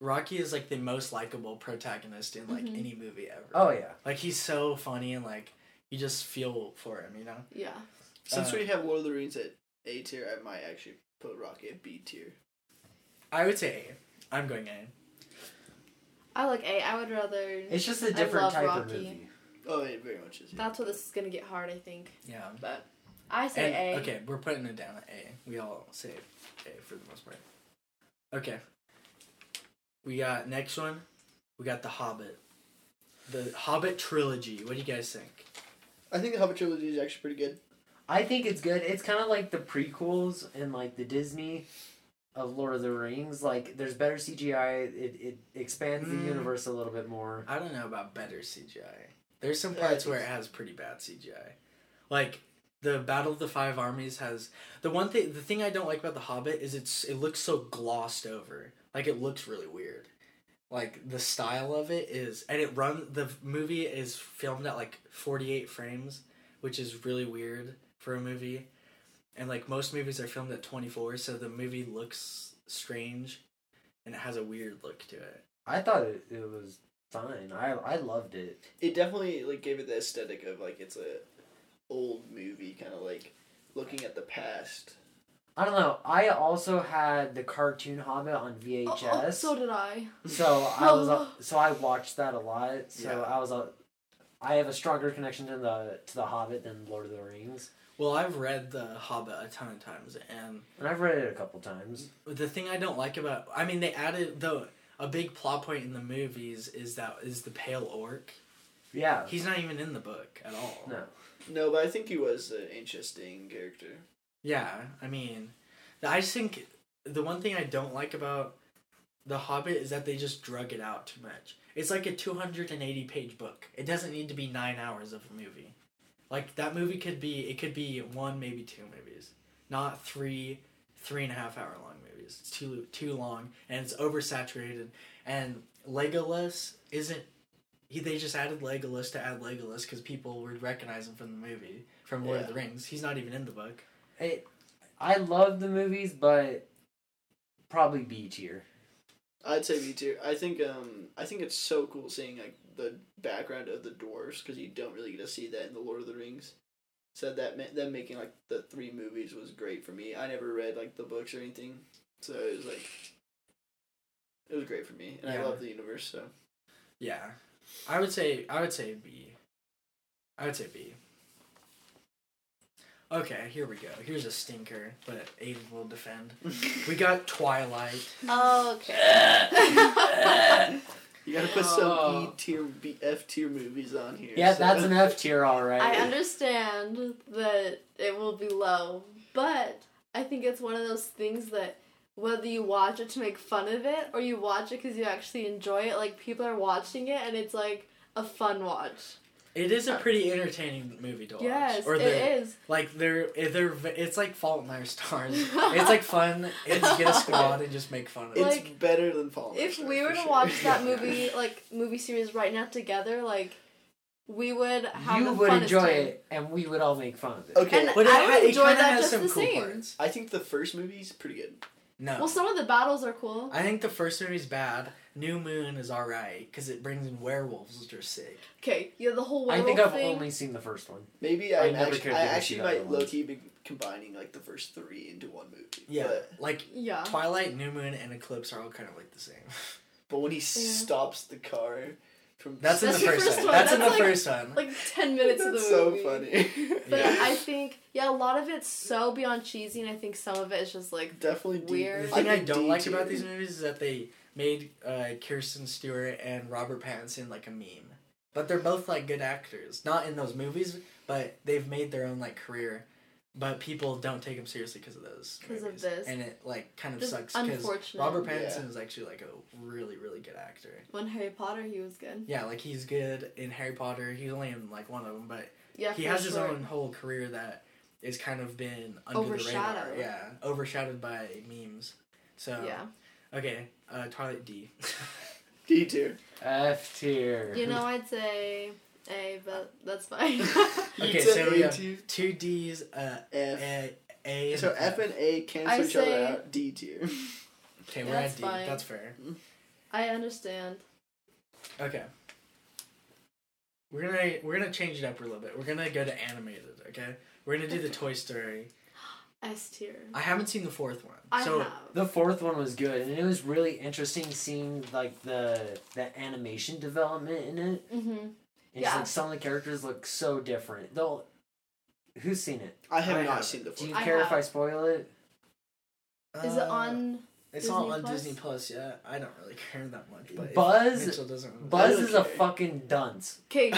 Speaker 1: Rocky is like the most likable protagonist in like
Speaker 2: Mhm.
Speaker 1: any movie ever.
Speaker 4: Oh yeah.
Speaker 1: Like he's so funny and like you just feel for him, you know.
Speaker 2: Yeah.
Speaker 3: Since
Speaker 1: Uh,
Speaker 3: we have Lord of the Rings at A tier, I might actually put Rocky at B tier.
Speaker 1: I would say A. I'm going A.
Speaker 2: I like A. I would rather.
Speaker 4: It's just a
Speaker 2: I
Speaker 4: different
Speaker 2: love
Speaker 4: type of
Speaker 2: Rocky.
Speaker 4: movie.
Speaker 3: Oh, it very much is.
Speaker 2: That's where this is gonna get hard, I think.
Speaker 1: Yeah.
Speaker 2: But I
Speaker 1: And,
Speaker 2: say A.
Speaker 1: Okay, we're putting it down at A. We all say A for the most part. Okay. We got next one. We got the Hobbit. The Hobbit trilogy. What do you guys think?
Speaker 3: I think the Hobbit trilogy is actually pretty good.
Speaker 4: I think it's good. It's kind of like the prequels and like the Disney of Lord of the Rings. Like there's better CGI. It it expands the
Speaker 1: Mm.
Speaker 4: universe a little bit more.
Speaker 1: I don't know about better CGI. There's some
Speaker 3: Yeah, I
Speaker 1: parts
Speaker 3: think
Speaker 1: where it has pretty bad CGI. Like the Battle of the Five Armies has the one thing the thing I don't like about the Hobbit is it's it looks so glossed over. Like it looks really weird. Like the style of it is and it run the movie is filmed at like 48 frames, which is really weird for a movie. And like most movies are filmed at 24, so the movie looks strange and it has a weird look to it.
Speaker 4: I thought it, it was fine. I I loved it.
Speaker 3: It definitely like gave it the aesthetic of like it's a old movie kind of like looking at the past.
Speaker 4: I don't know. I also had the cartoon Hobbit on
Speaker 2: Oh,
Speaker 4: VHS.
Speaker 2: oh, so did I.
Speaker 4: So
Speaker 2: <laughs>
Speaker 4: I was so I watched that a lot. So
Speaker 1: Yeah.
Speaker 4: I was a I have a stronger connection to the to the Hobbit than Lord of the Rings,
Speaker 1: Well, I've read The Hobbit a ton of times, and
Speaker 4: and I've read it a couple times.
Speaker 1: the thing I don't like about I mean they added the a big plot point in the movies is that is the pale orc
Speaker 4: Yeah.
Speaker 1: He's not even in the book at all.
Speaker 4: No.
Speaker 3: No, but I think he was an interesting character.
Speaker 1: Yeah, I mean, th- I just think the one thing I don't like about The Hobbit is that they just drug it out too much. It's like a 280 page book. It doesn't need to be 9 hours of a movie. Like that movie could be it could be one maybe two movies, not three three and a half hour long movies. It's too too long and it's oversaturated and Legolas isn't he, they just added Legolas to add Legolas because people would recognize him from the movie from Lord of
Speaker 3: Yeah.
Speaker 1: the Rings. He's not even in the book.
Speaker 4: It, I love the movies, but probably B tier.
Speaker 3: I'd say B tier. I think um I think it's so cool seeing like the background of the dwarves because you don't really get to see that in the Lord of the Rings. So that meant them making like the three movies was great for me. I never read like the books or anything, so it was like it was great for me, and I
Speaker 1: Yeah.
Speaker 3: love the universe. So
Speaker 1: Yeah, I would say I would say B. I would say B. Okay, here we go. Here's a stinker, but Aiden will defend. We got Twilight.
Speaker 2: <laughs> okay.
Speaker 3: you gotta put some E
Speaker 4: Oh.
Speaker 3: tier, B, F tier movies on here.
Speaker 4: Yeah,
Speaker 3: so-
Speaker 4: that's an F tier, all right.
Speaker 2: I understand that it will be low, but I think it's one of those things that whether you watch it to make fun of it or you watch it because you actually enjoy it, like people are watching it and it's like a fun watch.
Speaker 1: It is a pretty entertaining movie to watch.
Speaker 2: Yes,
Speaker 1: or
Speaker 2: it
Speaker 1: the,
Speaker 2: is.
Speaker 1: Like they're eh, they're v- it's like Fault in Our
Speaker 2: <laughs>
Speaker 1: Stars. it's like fun. It's get a squad and just make fun of
Speaker 3: <laughs> It's
Speaker 1: it.
Speaker 2: like,
Speaker 3: better than Fallen.
Speaker 2: If
Speaker 3: Star,
Speaker 2: we
Speaker 3: for
Speaker 2: were to
Speaker 3: sure.
Speaker 2: watch
Speaker 3: <laughs>
Speaker 2: that
Speaker 1: Yeah.
Speaker 2: movie, like movie series right now together, like we would have
Speaker 4: you
Speaker 2: the
Speaker 4: would
Speaker 2: funnest
Speaker 4: enjoy
Speaker 2: time.
Speaker 4: it, and we would all make fun of it.
Speaker 3: Okay,
Speaker 2: And
Speaker 1: But it
Speaker 2: I
Speaker 1: ha-
Speaker 2: would
Speaker 1: it
Speaker 2: enjoy
Speaker 1: kinda
Speaker 2: that
Speaker 1: has
Speaker 2: just
Speaker 1: some
Speaker 2: the
Speaker 1: cool
Speaker 2: same.
Speaker 1: parts.
Speaker 3: I think the first movie's pretty good.
Speaker 1: No,
Speaker 2: Well, some of the battles are cool.
Speaker 1: I think the first movie's bad. New Moon is alright because it brings in werewolves, which are sick.
Speaker 2: Okay, yeah, the whole
Speaker 4: I
Speaker 2: werewolf
Speaker 4: think I've
Speaker 2: thing.
Speaker 4: only seen the first one.
Speaker 3: Maybe
Speaker 4: I
Speaker 3: I,
Speaker 4: never
Speaker 3: actually,
Speaker 4: cared
Speaker 3: I
Speaker 4: to see
Speaker 3: actually
Speaker 4: the other
Speaker 3: might
Speaker 4: ones.
Speaker 3: low key be combining like the first three into one movie.
Speaker 1: Yeah,
Speaker 3: But,
Speaker 1: like
Speaker 2: Yeah.
Speaker 1: Twilight, New Moon, and Eclipse are all kind of like the same.
Speaker 2: <laughs>
Speaker 3: but when he
Speaker 2: Yeah.
Speaker 3: stops the car from
Speaker 1: That's, in
Speaker 2: That's
Speaker 1: the
Speaker 2: the
Speaker 1: first,
Speaker 2: first
Speaker 1: one.
Speaker 2: one.
Speaker 1: That's, in the
Speaker 2: That's like-
Speaker 1: first one.
Speaker 2: Like ten minutes of the
Speaker 3: That's
Speaker 2: movie.
Speaker 3: so funny.
Speaker 2: But
Speaker 1: Yeah.
Speaker 2: I think yeah, a lot of it's so beyond cheesy, and I think some of it is just like
Speaker 3: Definitely D-
Speaker 2: Weird.
Speaker 1: the thing I
Speaker 3: think
Speaker 1: don't
Speaker 3: D
Speaker 1: like about
Speaker 3: tier.
Speaker 1: these movies is that they made uh, Kirsten Stewart and Robert Pattinson like a meme. But they're both like good actors, not in those movies, but they've made their own like career. But people don't take them seriously because of those.
Speaker 2: 'Cause of
Speaker 1: movies.
Speaker 2: this.
Speaker 1: and it like kind of
Speaker 2: Just
Speaker 1: sucks because
Speaker 2: unfortunate.
Speaker 1: Robert
Speaker 3: Yeah.
Speaker 1: Pattinson is actually like a really really good actor.
Speaker 2: when Harry Potter he was good.
Speaker 1: Yeah, like he's good in Harry Potter. He's only in like one of them, but
Speaker 2: Yeah,
Speaker 1: he
Speaker 2: for
Speaker 1: has his
Speaker 2: sure.
Speaker 1: own whole career that is kind of been under the radar.
Speaker 2: Overshadowed.
Speaker 1: Yeah, overshadowed by memes. So
Speaker 2: Yeah,
Speaker 1: okay, uh, Twilight D. <laughs>
Speaker 2: <laughs>
Speaker 3: D tier.
Speaker 4: F tier.
Speaker 2: you know I'd say A, but
Speaker 1: <laughs>
Speaker 2: that's
Speaker 3: <laughs>
Speaker 2: fine.
Speaker 1: Okay,
Speaker 3: It's an
Speaker 1: so
Speaker 3: A
Speaker 1: we have
Speaker 3: tier.
Speaker 1: two D's. Uh,
Speaker 3: F.
Speaker 1: a, a
Speaker 3: So F and A
Speaker 2: I
Speaker 3: cancel each
Speaker 2: say-
Speaker 3: other out. D tier.
Speaker 1: Okay, we're
Speaker 2: That's
Speaker 1: at D.
Speaker 2: fine.
Speaker 1: That's fair.
Speaker 2: I understand.
Speaker 1: Okay. We're gonna we're gonna change it up a little bit. We're gonna go to animated. Okay, we're gonna do the Toy Story.
Speaker 2: S tier.
Speaker 1: I haven't seen the fourth one,
Speaker 2: I
Speaker 1: so
Speaker 2: have.
Speaker 4: The fourth one was good, and it was really interesting seeing like the the animation development in it.
Speaker 2: Mm-hmm.
Speaker 4: And just,
Speaker 2: Yeah.
Speaker 4: like some of the characters look so different. Though, who's seen it?
Speaker 3: I have
Speaker 1: I
Speaker 3: not
Speaker 1: haven't.
Speaker 3: seen the
Speaker 4: Do
Speaker 3: fourth.
Speaker 4: you
Speaker 2: I
Speaker 4: care if
Speaker 2: have.
Speaker 4: I spoil it?
Speaker 2: Is it
Speaker 1: Uh,
Speaker 2: on?
Speaker 1: It's not
Speaker 2: Disney
Speaker 1: on
Speaker 2: Plus?
Speaker 1: Disney Plus yet. I don't really care that much. But if
Speaker 4: Buzz-
Speaker 1: Mitchell doesn't.
Speaker 4: Buzz
Speaker 3: don't
Speaker 4: is a
Speaker 3: care.
Speaker 4: fucking dunce.
Speaker 2: Okay,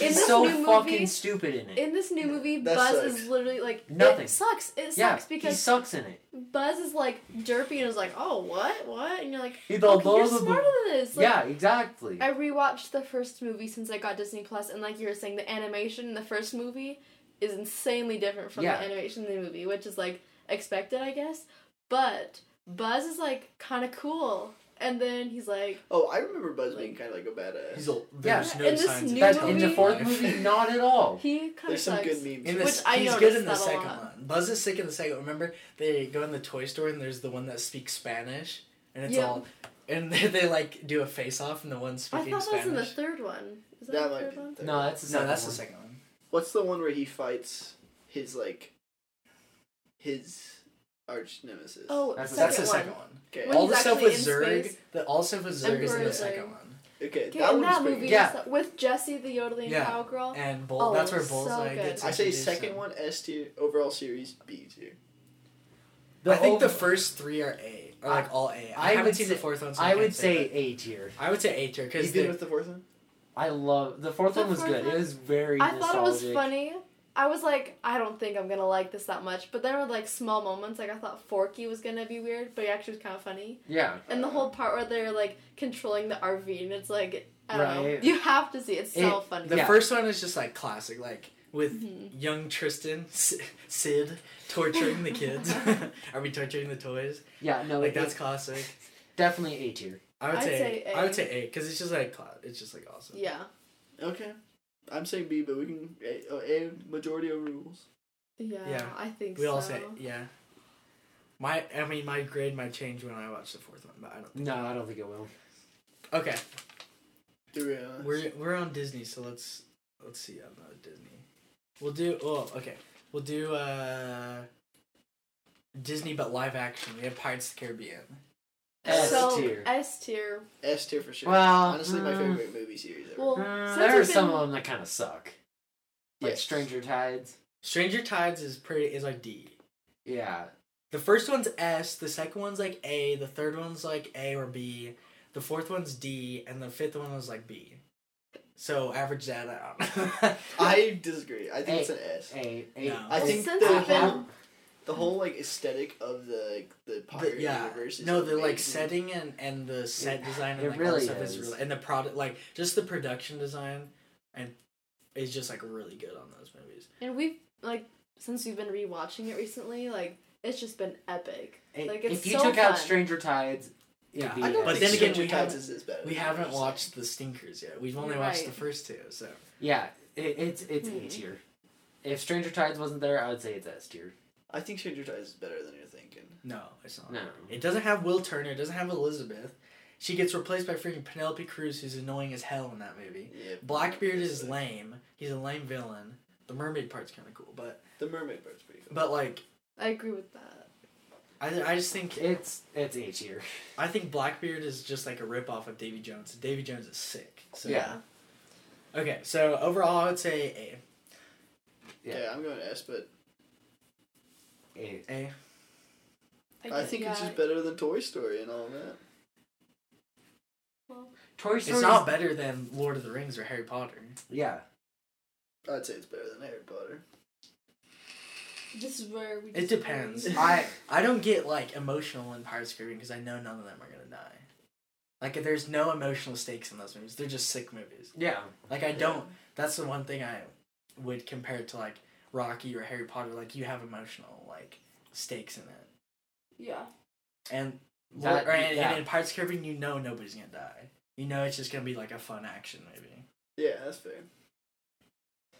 Speaker 1: <laughs>
Speaker 2: this
Speaker 4: so
Speaker 2: new movie-
Speaker 4: fucking stupid in it.
Speaker 2: in this new movie,
Speaker 3: That
Speaker 2: Buzz
Speaker 3: sucks.
Speaker 2: is literally like
Speaker 4: Nothing.
Speaker 2: It sucks. It
Speaker 4: yeah,
Speaker 2: sucks
Speaker 4: he
Speaker 2: because
Speaker 4: sucks in it.
Speaker 2: Buzz is like derpy and is like, oh what what, and you're like,
Speaker 4: He's all
Speaker 2: okay,
Speaker 4: blah,
Speaker 2: you're
Speaker 4: blah, blah.
Speaker 2: smarter than this. Like,
Speaker 4: yeah, exactly.
Speaker 2: I rewatched the first movie since I got Disney Plus, and like you were saying, the animation in the first movie is insanely different from
Speaker 4: Yeah.
Speaker 2: the animation in the movie, which is like expected, I guess. But Buzz is like kind of cool, and then he's like,
Speaker 3: Oh, I remember Buzz being kind of like a badass.
Speaker 1: He's a,
Speaker 4: Yeah,
Speaker 1: there's no
Speaker 2: in this
Speaker 1: signs
Speaker 2: new
Speaker 1: of
Speaker 4: That-
Speaker 1: his
Speaker 2: movie-
Speaker 4: in the
Speaker 1: intelligence
Speaker 4: fourth
Speaker 1: life. <laughs>
Speaker 4: movie, not at all.
Speaker 2: he kind of
Speaker 3: Oh, There's some
Speaker 2: sucks.
Speaker 3: good memes.
Speaker 1: In
Speaker 2: Which
Speaker 1: this,
Speaker 2: I
Speaker 1: he's
Speaker 2: noticed
Speaker 1: good in the
Speaker 2: that a
Speaker 1: second
Speaker 2: lot.
Speaker 1: one. Buzz is sick in the second. one. Remember, they go in the toy store and there's the one that speaks Spanish, and it's
Speaker 2: Yeah.
Speaker 1: all, and <laughs> they, they like do a face off and the one
Speaker 2: I
Speaker 1: speaking
Speaker 2: thought that was in the
Speaker 1: Spanish.
Speaker 2: third one. Is that,
Speaker 3: That
Speaker 2: the
Speaker 3: might
Speaker 2: third
Speaker 3: be.
Speaker 2: one?
Speaker 3: the third
Speaker 4: No,
Speaker 3: one.
Speaker 4: that's the
Speaker 1: no,
Speaker 4: second
Speaker 1: that's
Speaker 4: one.
Speaker 1: the second one.
Speaker 3: What's the one where he fights his like his arch nemesis?
Speaker 2: Oh,
Speaker 4: That's the
Speaker 2: second
Speaker 1: That's the
Speaker 2: one.
Speaker 1: second one.
Speaker 3: okay.
Speaker 2: When
Speaker 1: all
Speaker 2: he's
Speaker 1: the stuff
Speaker 2: actually
Speaker 1: with
Speaker 2: in
Speaker 1: Zurg,
Speaker 2: space.
Speaker 1: the all stuff with Zurg is in
Speaker 2: Emperor
Speaker 1: the
Speaker 2: Zurg.
Speaker 1: second one,
Speaker 3: Okay,
Speaker 2: Okay,
Speaker 3: that
Speaker 2: in
Speaker 3: one's
Speaker 2: that
Speaker 3: pretty
Speaker 2: movie,
Speaker 3: good.
Speaker 4: Yeah.
Speaker 2: just- with Jesse the yodeling
Speaker 1: Yeah.
Speaker 2: cowgirl.
Speaker 1: and Bull,
Speaker 2: Oh,
Speaker 1: that's where
Speaker 2: so
Speaker 1: Bullseye
Speaker 2: good.
Speaker 1: gets.
Speaker 3: I say
Speaker 1: introduced
Speaker 3: second
Speaker 1: and-
Speaker 3: one S tier, overall series B tier.
Speaker 1: I think the
Speaker 4: ov-
Speaker 1: first three are A, are like all A. I,
Speaker 4: I
Speaker 1: haven't
Speaker 4: would
Speaker 1: seen
Speaker 4: say-
Speaker 1: the fourth one. So
Speaker 4: I
Speaker 1: can't
Speaker 4: would say
Speaker 1: that.
Speaker 4: A tier.
Speaker 1: I would say A tier
Speaker 3: You
Speaker 1: because
Speaker 3: good with the fourth one?
Speaker 4: I love the fourth
Speaker 2: The
Speaker 4: one was
Speaker 2: fourth
Speaker 4: good.
Speaker 2: one-
Speaker 4: It was very.
Speaker 2: I thought it was
Speaker 4: nostalgic.
Speaker 2: funny. I was like, I don't think I'm gonna like this that much. But there were like small moments. Like I thought Forky was gonna be weird, but he actually was kind of funny.
Speaker 4: Yeah,
Speaker 2: And the whole part where they're like controlling the RV, and it's like, I don't
Speaker 4: Right.
Speaker 2: know. You have to see. it. It's so
Speaker 4: It-
Speaker 2: funny.
Speaker 1: The
Speaker 4: Yeah.
Speaker 1: first one is just like classic, like with
Speaker 2: Mhm.
Speaker 1: young Tristan, <laughs> S- Sid torturing the kids. <laughs> Are we torturing the toys?
Speaker 4: yeah. No,
Speaker 1: Like
Speaker 4: it-
Speaker 1: that's classic.
Speaker 4: definitely A tier.
Speaker 1: I would
Speaker 2: I'd
Speaker 1: say,
Speaker 2: say
Speaker 1: I would
Speaker 2: A.
Speaker 1: say A because it's just like cla- it's just like awesome.
Speaker 2: Yeah.
Speaker 3: Okay. I'm saying B, but we can A, oh, a majority of rules.
Speaker 2: Yeah.
Speaker 1: Yeah.
Speaker 2: I think
Speaker 1: We
Speaker 2: so.
Speaker 1: all say yeah. My I mean my grade might change when I watch the fourth one, but I don't.
Speaker 4: No, I don't think it will.
Speaker 1: Okay,
Speaker 3: Do we, uh,
Speaker 1: we're we're on Disney, so let's let's see on the Disney. We'll do oh okay. We'll do uh Disney but live action. We have Pirates of the Caribbean.
Speaker 4: S
Speaker 2: so
Speaker 4: tier.
Speaker 2: S tier.
Speaker 3: S tier for sure.
Speaker 4: Well,
Speaker 3: honestly, my
Speaker 4: mm.
Speaker 3: favorite movie series ever.
Speaker 2: Well,
Speaker 4: Mm,
Speaker 2: since
Speaker 4: there are
Speaker 2: we've
Speaker 4: some
Speaker 2: been-
Speaker 4: of them that kind of suck. Like
Speaker 3: Yes.
Speaker 4: Stranger Tides.
Speaker 1: Stranger Tides is pretty is like D.
Speaker 4: Yeah.
Speaker 1: The first one's S, the second one's like A, the third one's like A or B, the fourth one's D, and the fifth one was like B. So average that <laughs> out.
Speaker 3: I disagree. I think
Speaker 4: A.
Speaker 3: it's an S.
Speaker 4: A. A.
Speaker 1: No.
Speaker 3: I
Speaker 4: A-
Speaker 3: think
Speaker 2: Since
Speaker 3: the
Speaker 2: I've been-
Speaker 3: whole, the whole like aesthetic of the the pirate
Speaker 1: But yeah,
Speaker 3: universe. Is
Speaker 1: no, the like
Speaker 3: amazing.
Speaker 1: setting and and the set
Speaker 4: It-
Speaker 1: design and
Speaker 4: it
Speaker 1: like all
Speaker 4: really
Speaker 1: that stuff is.
Speaker 4: is.
Speaker 1: really and the product like just the production design and is just like really good on those movies.
Speaker 2: And we've like since we've been rewatching it recently, like it's just been epic.
Speaker 4: A-
Speaker 2: Like, it's
Speaker 4: if you
Speaker 2: so
Speaker 4: took out
Speaker 2: fun.
Speaker 4: Stranger Tides, it'd
Speaker 1: Yeah,
Speaker 4: be
Speaker 3: I don't
Speaker 4: A.
Speaker 1: But
Speaker 3: think
Speaker 1: then again,
Speaker 3: Stranger
Speaker 1: we
Speaker 3: Tides
Speaker 1: haven't-
Speaker 3: is as bad. as
Speaker 1: We
Speaker 3: what
Speaker 1: haven't
Speaker 3: you're saying.
Speaker 1: watched the stinkers yet. We've only
Speaker 2: You're
Speaker 1: watched the
Speaker 2: right.
Speaker 1: first two, so
Speaker 4: Yeah, it, it's it's A
Speaker 2: Mhm.
Speaker 4: tier. If Stranger Tides wasn't there, I would say it's S tier.
Speaker 3: I think Stranger Tides is better than you're thinking.
Speaker 1: no, it's not.
Speaker 4: No.
Speaker 1: It doesn't have Will Turner. It doesn't have Elizabeth. She gets replaced by freaking Penelope Cruz, who's annoying as hell in that movie.
Speaker 3: Yeah.
Speaker 1: Blackbeard is lame. He's a lame villain. The mermaid part's kind of cool, but
Speaker 3: The Mermaid part's pretty cool.
Speaker 1: but like
Speaker 2: I agree with that.
Speaker 1: I, I just think
Speaker 4: It's it's A tier.
Speaker 1: I think Blackbeard is just like a ripoff of Davy Jones. Davy Jones is sick. So.
Speaker 4: Yeah.
Speaker 1: Okay, so overall, I would say
Speaker 3: Yeah.
Speaker 4: Yeah.
Speaker 3: I'm going S, but
Speaker 4: A.
Speaker 1: A. A.
Speaker 3: I think it's just better than Toy Story and all that.
Speaker 4: Toy Story.
Speaker 1: It's not better than Lord of the Rings or Harry Potter.
Speaker 4: Yeah.
Speaker 3: I'd say it's better than Harry Potter.
Speaker 2: This is where we.
Speaker 1: It
Speaker 2: disagree.
Speaker 1: depends.
Speaker 4: I
Speaker 1: I don't get like emotional in Pirates of the Caribbean because I know none of them are gonna die. Like there's no emotional stakes in those movies. They're just sick movies.
Speaker 4: yeah.
Speaker 1: Like I don't. That's the one thing I would compare it to like Rocky or Harry Potter. Like you have emotional like stakes in it,
Speaker 2: Yeah.
Speaker 1: and
Speaker 4: That-
Speaker 1: or- and,
Speaker 4: yeah.
Speaker 1: and in Pirates of the Caribbean, you know nobody's gonna die. You know it's just gonna be like a fun action movie.
Speaker 3: Yeah, that's fair.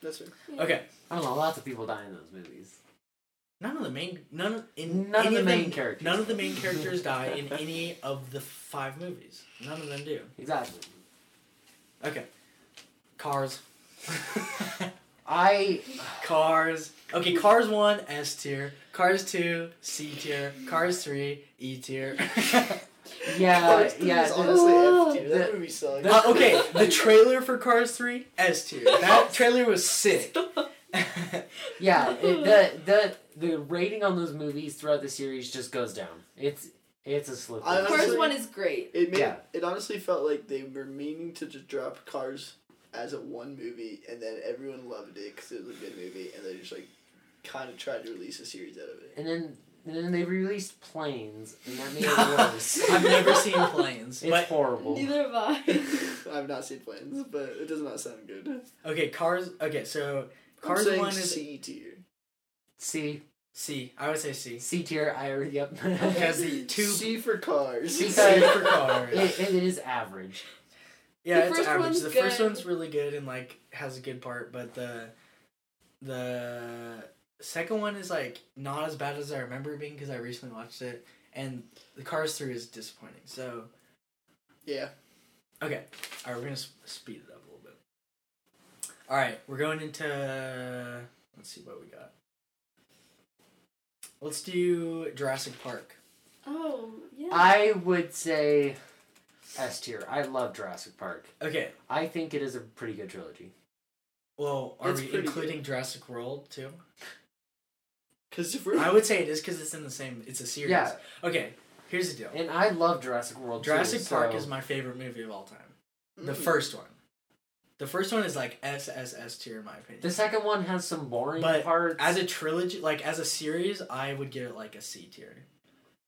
Speaker 3: That's fair.
Speaker 1: Okay,
Speaker 4: I don't know. Lots of people die in those movies.
Speaker 1: none of the main none of in
Speaker 4: None of
Speaker 1: any
Speaker 4: the main
Speaker 1: them-
Speaker 4: characters.
Speaker 1: None of the
Speaker 4: <laughs>
Speaker 1: main characters die in any of the five movies. None of them do.
Speaker 4: Exactly.
Speaker 1: Okay, Cars. <laughs>
Speaker 4: I
Speaker 1: Cars. Okay, Cars 1, S tier. Cars 2, C tier. Cars 3, E tier. <laughs>
Speaker 4: yeah
Speaker 3: Cars three
Speaker 4: yeah.
Speaker 3: is
Speaker 4: the-
Speaker 3: honestly F tier.
Speaker 4: the-
Speaker 3: That movie sucks.
Speaker 1: Uh,
Speaker 3: <laughs>
Speaker 1: okay, the trailer for Cars 3, S tier. That trailer was sick. <laughs>
Speaker 3: <laughs>
Speaker 4: Yeah, it, the the the rating on those movies throughout the series just goes down. It's it's a slippery.
Speaker 3: I
Speaker 2: The
Speaker 3: honestly-
Speaker 4: slope.
Speaker 2: first one is great.
Speaker 3: It made,
Speaker 4: Yeah.
Speaker 3: it honestly felt like they were meaning to just drop Cars as a one movie, and then everyone loved it because it was a good movie, and they just like kind of tried to release a series out of it.
Speaker 4: <laughs> and then and then they released planes, and that made
Speaker 3: <laughs>
Speaker 4: it worse.
Speaker 1: I've never seen planes.
Speaker 4: It's
Speaker 1: But
Speaker 4: horrible.
Speaker 2: Neither of I. <laughs>
Speaker 3: I've not seen plans, but it does not sound good.
Speaker 1: okay, Cars okay, so
Speaker 3: I'm
Speaker 1: Cars
Speaker 3: saying
Speaker 1: 1 is
Speaker 3: C E tier.
Speaker 4: C
Speaker 1: C. I would say C.
Speaker 4: C tier. I already yep. <laughs>
Speaker 1: Because the two C
Speaker 3: <laughs> C for Cars.
Speaker 4: C
Speaker 1: for Cars.
Speaker 4: it, it is average.
Speaker 1: Yeah,
Speaker 2: The
Speaker 1: it's
Speaker 2: first
Speaker 1: average.
Speaker 2: one's
Speaker 1: The first
Speaker 2: good.
Speaker 1: one's really good and like has a good part, but the the second one is like not as bad as I remember it being because I recently watched it, and the Cars Three is disappointing. So
Speaker 3: <laughs> Yeah.
Speaker 1: okay, all right, we're gonna s- speed it up a little bit. All right, we're going into let's see what we got. Let's do Jurassic Park.
Speaker 2: oh yeah.
Speaker 4: I would say S tier. I love Jurassic Park.
Speaker 1: Okay,
Speaker 4: I think it is a pretty good trilogy.
Speaker 1: well, are
Speaker 3: It's
Speaker 1: we
Speaker 3: pretty
Speaker 1: including Jurassic World too?
Speaker 3: Because if we're
Speaker 1: I would say it is because it's in the same. It's a series.
Speaker 4: Yeah,
Speaker 1: Okay, here's the deal.
Speaker 4: and I love Jurassic World. too,
Speaker 1: Jurassic Park
Speaker 4: so-
Speaker 1: is my favorite movie of all time. The
Speaker 3: Mm.
Speaker 1: first one. The first one is like S S S tier in my opinion.
Speaker 4: The second one has some boring
Speaker 1: But
Speaker 4: parts.
Speaker 1: as a trilogy, like as a series, I would give it like a C tier.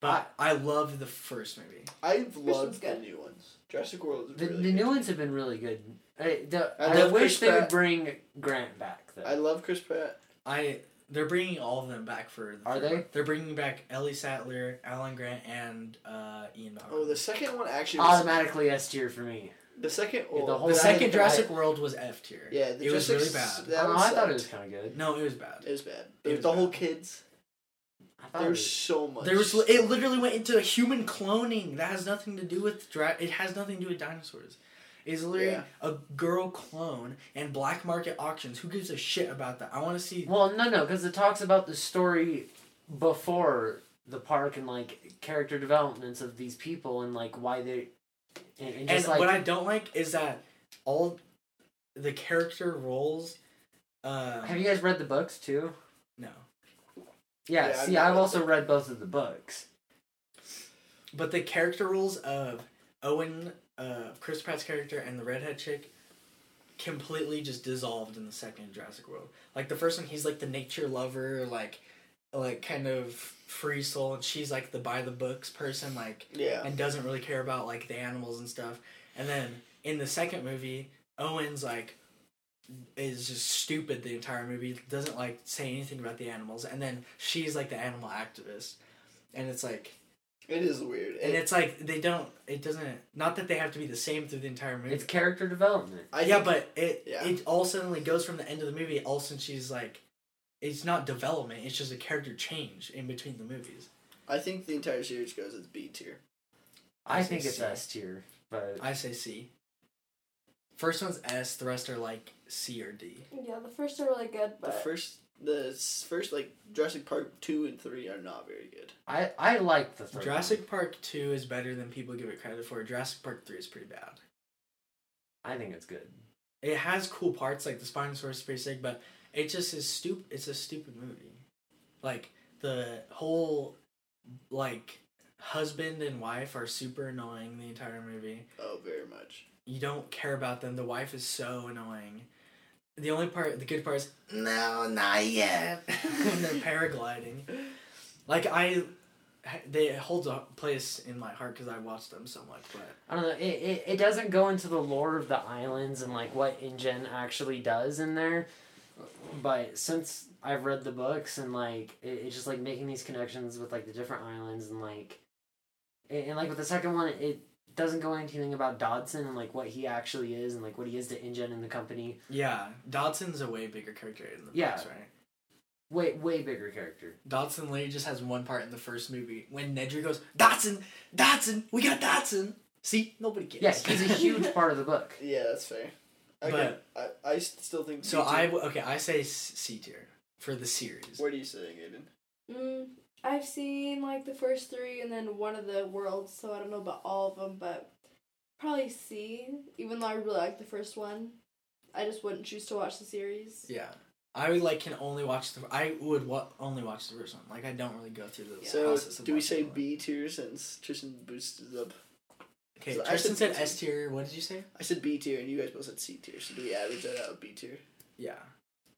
Speaker 1: But I love the first movie.
Speaker 3: I've
Speaker 2: one's
Speaker 3: loved the
Speaker 2: good.
Speaker 3: new ones. Jurassic World is
Speaker 4: the,
Speaker 3: really
Speaker 4: the
Speaker 3: good.
Speaker 4: new ones have been really good. I, the,
Speaker 3: I
Speaker 4: I,
Speaker 3: love
Speaker 4: wish
Speaker 3: Chris
Speaker 4: they would
Speaker 3: Pratt.
Speaker 4: bring Grant back though.
Speaker 3: I love Chris Pratt.
Speaker 1: I they're bringing all of them back for. The
Speaker 4: Are
Speaker 1: third
Speaker 4: they?
Speaker 1: one. They're bringing back Ellie Sattler, Alan Grant, and uh, Ian Malcolm.
Speaker 3: Oh, the second one actually. Was,
Speaker 4: Automatically S tier for me.
Speaker 3: the second.
Speaker 4: Yeah, the
Speaker 3: Well,
Speaker 4: whole-
Speaker 1: the
Speaker 4: that
Speaker 1: second
Speaker 4: is-
Speaker 1: Jurassic World was F tier.
Speaker 3: Yeah, the
Speaker 1: it was really
Speaker 3: Jurassic-
Speaker 1: bad.
Speaker 3: That
Speaker 4: Oh,
Speaker 3: one
Speaker 4: I thought it
Speaker 3: sucked.
Speaker 4: was kind of good.
Speaker 1: No, it was bad.
Speaker 3: It was bad.
Speaker 1: It
Speaker 3: It
Speaker 1: was
Speaker 3: was the whole
Speaker 1: bad.
Speaker 3: kids.
Speaker 4: I thought it
Speaker 3: There's
Speaker 4: was,
Speaker 3: so much.
Speaker 1: There was it literally went into human cloning. That has nothing to do with dra- it has nothing to do with dinosaurs. It's literally
Speaker 3: Yeah.
Speaker 1: a girl clone and black market auctions. Who gives a shit about that? I want to see
Speaker 4: well, no, no, because it talks about the story before the park and like character developments of these people and like why they and, and
Speaker 1: And
Speaker 4: just like
Speaker 1: what I don't like is that all the character roles. Um,
Speaker 4: Have you guys read the books too?
Speaker 1: no,
Speaker 4: Yeah,
Speaker 3: Yeah, I've
Speaker 4: see,
Speaker 3: not
Speaker 4: I've
Speaker 3: read
Speaker 4: also read both of the books.
Speaker 1: but the character roles of Owen, uh, Chris Pratt's character, and the redhead chick, completely just dissolved in the second Jurassic World. Like the first one, he's like the nature lover, like, like kind of free soul, and she's like the by the books person, like
Speaker 3: Yeah.
Speaker 1: and doesn't really care about like the animals and stuff. And then in the second movie, Owen's like is just stupid the entire movie, doesn't like say anything about the animals, and then she's like the animal activist. And it's like
Speaker 3: It is weird.
Speaker 1: and
Speaker 3: It-
Speaker 1: it's like they don't it doesn't not that they have to be the same through the entire movie.
Speaker 4: It's character development.
Speaker 3: I
Speaker 1: yeah,
Speaker 3: think-
Speaker 1: but it
Speaker 3: yeah.
Speaker 1: it all suddenly goes from the end of the movie, all of a sudden she's like it's not development, it's just a character change in between the movies.
Speaker 3: I think the entire series goes as B tier.
Speaker 4: I
Speaker 1: It's
Speaker 4: think it's
Speaker 1: insane.
Speaker 4: S tier, but
Speaker 1: I say C. First one's S, the rest are like C or D.
Speaker 2: Yeah, the first are really good,
Speaker 3: The first, the s- first like Jurassic Park two and three are not very good.
Speaker 4: I I like the third
Speaker 1: Jurassic Park 2 is better than people give it credit for. Jurassic Park 3 is pretty bad.
Speaker 4: One. I think it's good.
Speaker 1: It has cool parts, like the Spinosaurus is pretty sick, but it just is stupid. It's a stupid movie. Like, the whole, like, husband and wife are super annoying the entire movie.
Speaker 3: Oh, very much.
Speaker 1: You don't care about them. The wife is so annoying. The only part, the good part is, no, not yet. <laughs> when they're paragliding. Like, I, they hold a place in my heart because I watched them so much, but.
Speaker 4: I don't know. It, it, it doesn't go into the lore of the islands and like what InGen actually does in there. But since I've read the books and like it, it's just like making these connections with like the different islands and like and, and like with the second one it doesn't go into anything about Dodson and like what he actually is and like what he is to InGen and the company.
Speaker 1: Yeah, Dodson's a way bigger character in the
Speaker 4: Yeah.
Speaker 1: books, right?
Speaker 4: Way way bigger character.
Speaker 1: Dodson literally just has one part in the first movie when Nedry goes, Dodson, Dodson, we got Dodson. See, nobody
Speaker 4: Yeah,
Speaker 1: cares.
Speaker 4: he's a <laughs> huge part of the book.
Speaker 3: Yeah, that's fair. I
Speaker 1: But-
Speaker 3: can- I, I s- still
Speaker 1: <laughs>
Speaker 3: think.
Speaker 1: so
Speaker 3: B tier.
Speaker 1: I w- okay, I say s- C tier for the series.
Speaker 3: What are you saying, Aiden?
Speaker 2: Mm, I've seen like the first three and then one of the worlds, so I don't know about all of them, but probably C. Even though I really like the first one, I just wouldn't choose to watch the series.
Speaker 1: Yeah, I would like can only watch the I would wa- only watch the first one. Like I don't really go through the
Speaker 3: So
Speaker 1: process of
Speaker 3: do we
Speaker 1: watching
Speaker 3: say
Speaker 1: the one.
Speaker 3: B tier since Tristan boosted up?
Speaker 1: Okay,
Speaker 3: So I
Speaker 1: Tristan said
Speaker 3: said B tier.
Speaker 1: S tier. What did you say?
Speaker 3: I said B tier, and you guys both said C tier. So do we average that out B tier?
Speaker 1: Yeah,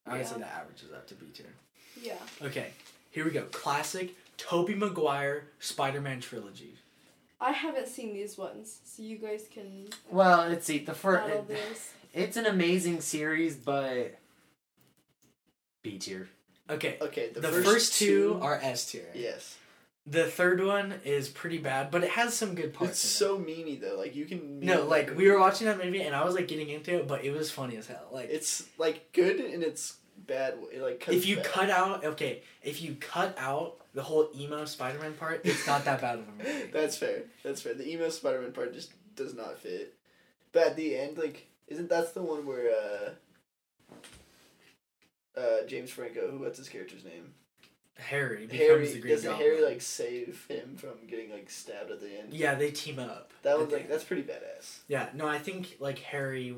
Speaker 1: I would
Speaker 2: Yeah.
Speaker 1: say that averages out to B tier.
Speaker 2: Yeah.
Speaker 1: Okay, here we go. Classic Toby Maguire Spider-Man trilogy.
Speaker 2: I haven't seen these ones, so you guys can
Speaker 4: Well, let's see. The first
Speaker 2: battle this.
Speaker 4: it's an amazing series, but B tier.
Speaker 1: Okay,
Speaker 3: Okay,
Speaker 1: The, first, two, are S tier.
Speaker 3: Yes,
Speaker 1: The third one is pretty bad, but it has some good parts.
Speaker 3: it's
Speaker 1: in it.
Speaker 3: so meany though. Like you can
Speaker 1: no,
Speaker 3: meme
Speaker 1: like
Speaker 3: that
Speaker 1: we were
Speaker 3: movie.
Speaker 1: watching that movie and I was like getting into it, but it was funny as hell. Like
Speaker 3: It's like good and it's bad. It, like cuts
Speaker 1: if you
Speaker 3: back. <laughs>
Speaker 1: cut out okay, if you cut out the whole emo Spider Man part, it's not that bad of a
Speaker 3: <laughs>
Speaker 1: movie.
Speaker 3: That's fair. That's fair. The emo Spider Man part just does not fit. But at the end, like, isn't that's the one where uh, uh, James Franco, who what's his character's name?
Speaker 1: Harry becomes
Speaker 3: Harry
Speaker 1: the Green
Speaker 3: doesn't
Speaker 1: Goblin.
Speaker 3: Harry like save him from getting like stabbed at the end?
Speaker 1: yeah, they team up.
Speaker 3: That
Speaker 1: at
Speaker 3: was
Speaker 1: the
Speaker 3: like
Speaker 1: end.
Speaker 3: that's pretty badass.
Speaker 1: yeah. No, I think like Harry,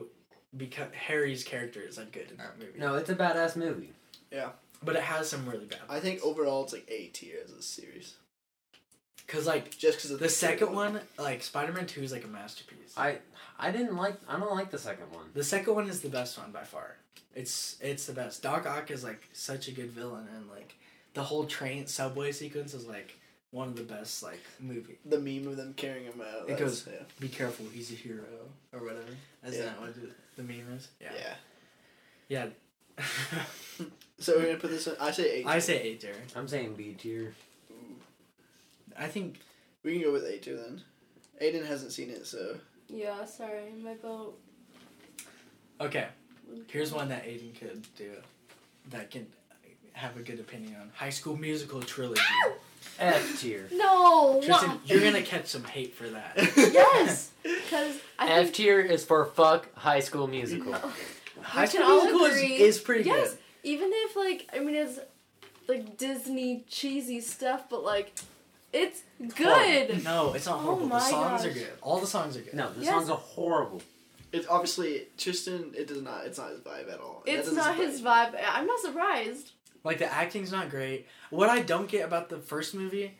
Speaker 1: because Harry's character is like good in that movie.
Speaker 4: No, it's a badass movie.
Speaker 1: but it has some really bad.
Speaker 3: I think
Speaker 1: parts.
Speaker 3: overall it's like A tier as a series.
Speaker 1: Cause like
Speaker 3: Just because
Speaker 1: the second one, like Spider Man Two is like a masterpiece.
Speaker 4: I I didn't like I don't like the second one.
Speaker 1: The second one is the best one by far. It's it's the best. Doc Ock is like such a good villain, and like the whole train subway sequence is like one of the best like movie.
Speaker 3: The meme of them carrying him out.
Speaker 1: It
Speaker 3: that's-
Speaker 1: goes- Be careful, he's a hero or whatever. Isn't
Speaker 3: Yeah.
Speaker 1: that what the- the meme is?
Speaker 3: Yeah.
Speaker 1: Yeah.
Speaker 3: yeah.
Speaker 1: Yeah.
Speaker 3: So we're gonna put this one. I say
Speaker 1: <laughs>
Speaker 3: eight.
Speaker 1: I say A tier.
Speaker 4: I'm saying B
Speaker 2: <laughs>
Speaker 4: tier.
Speaker 3: Ooh.
Speaker 1: I think
Speaker 3: We can go with A tier then. Aiden hasn't seen it, so
Speaker 2: Yeah, sorry, my boat.
Speaker 1: okay. Here's one that Aiden could do, that can have a good opinion on. High School Musical trilogy.
Speaker 4: F tier.
Speaker 2: No.
Speaker 1: Tristan,
Speaker 2: why?
Speaker 1: you're gonna catch some hate for that.
Speaker 2: yes, because I
Speaker 4: F
Speaker 2: think
Speaker 4: tier is for fuck High School Musical.
Speaker 1: <laughs> High
Speaker 2: We
Speaker 1: School
Speaker 2: can all
Speaker 1: Musical is,
Speaker 2: agree-
Speaker 1: is pretty
Speaker 2: yes,
Speaker 1: good.
Speaker 2: even if like I mean it's like Disney cheesy stuff, but like it's good.
Speaker 1: No, it's not
Speaker 2: Oh
Speaker 1: horrible. the
Speaker 2: my
Speaker 1: songs are
Speaker 2: gosh.
Speaker 1: good. All the songs are good.
Speaker 4: No, the
Speaker 2: Yes.
Speaker 4: songs are horrible.
Speaker 3: it's obviously Tristan. It does not. It's not his vibe at all. That
Speaker 2: It's
Speaker 3: doesn't
Speaker 2: not his
Speaker 3: surprise
Speaker 2: vibe. I'm not surprised.
Speaker 1: Like the acting's not great. What I don't get about the first movie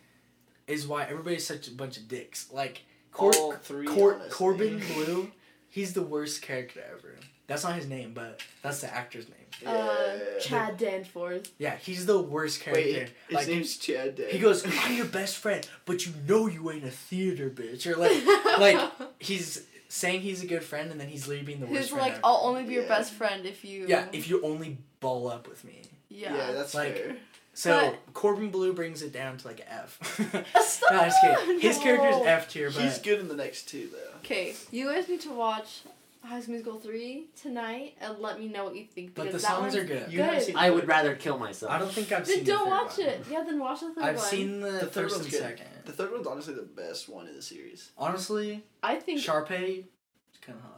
Speaker 1: is why everybody's such a bunch of dicks. Like Cor-
Speaker 3: All three,
Speaker 1: Cor-
Speaker 3: honestly.
Speaker 1: Corbin Blue, he's the worst character ever. That's not his name, but that's the actor's name.
Speaker 3: me. Yeah.
Speaker 2: Uh, Chad Danforth.
Speaker 1: Yeah, he's the worst
Speaker 3: Wait,
Speaker 1: character.
Speaker 3: his
Speaker 1: like
Speaker 3: name's Chad. Day.
Speaker 1: he goes, "I'm your best friend, but you know you ain't a theater bitch." Or
Speaker 2: <laughs>
Speaker 1: like, like he's saying he's a good friend, and then he's literally being the worst
Speaker 2: Who's
Speaker 1: friend.
Speaker 2: like,
Speaker 1: ever.
Speaker 2: I'll only be your
Speaker 3: Yeah.
Speaker 2: best friend if you.
Speaker 1: yeah, if you only ball up with me.
Speaker 3: Yeah,
Speaker 2: Yeah.
Speaker 3: that's
Speaker 1: Like-
Speaker 3: fair.
Speaker 1: So Corbin Blue brings it down to like a F.
Speaker 2: <laughs>
Speaker 1: <laughs>
Speaker 2: Stop!
Speaker 1: no, I'm just kidding. His
Speaker 2: No.
Speaker 1: character's F tier, but
Speaker 3: He's good in the next two though.
Speaker 2: Okay, you guys need to watch High School Musical three tonight and let me know what you think.
Speaker 1: but the
Speaker 2: because that
Speaker 1: songs
Speaker 2: one's-
Speaker 1: are good.
Speaker 3: You haven't
Speaker 2: Good.
Speaker 3: seen the
Speaker 4: I
Speaker 3: third
Speaker 4: would
Speaker 3: one.
Speaker 4: rather kill myself.
Speaker 1: I don't think I've
Speaker 2: Then
Speaker 1: seen.
Speaker 2: don't
Speaker 1: the third
Speaker 2: watch
Speaker 1: one.
Speaker 2: it. Yeah, then watch the 3rd
Speaker 1: I've
Speaker 2: one.
Speaker 1: seen the,
Speaker 3: The third
Speaker 1: first and
Speaker 3: one's good.
Speaker 1: second.
Speaker 3: The third one's honestly the best one in the series.
Speaker 1: Honestly,
Speaker 2: I think
Speaker 1: Sharpay is kind of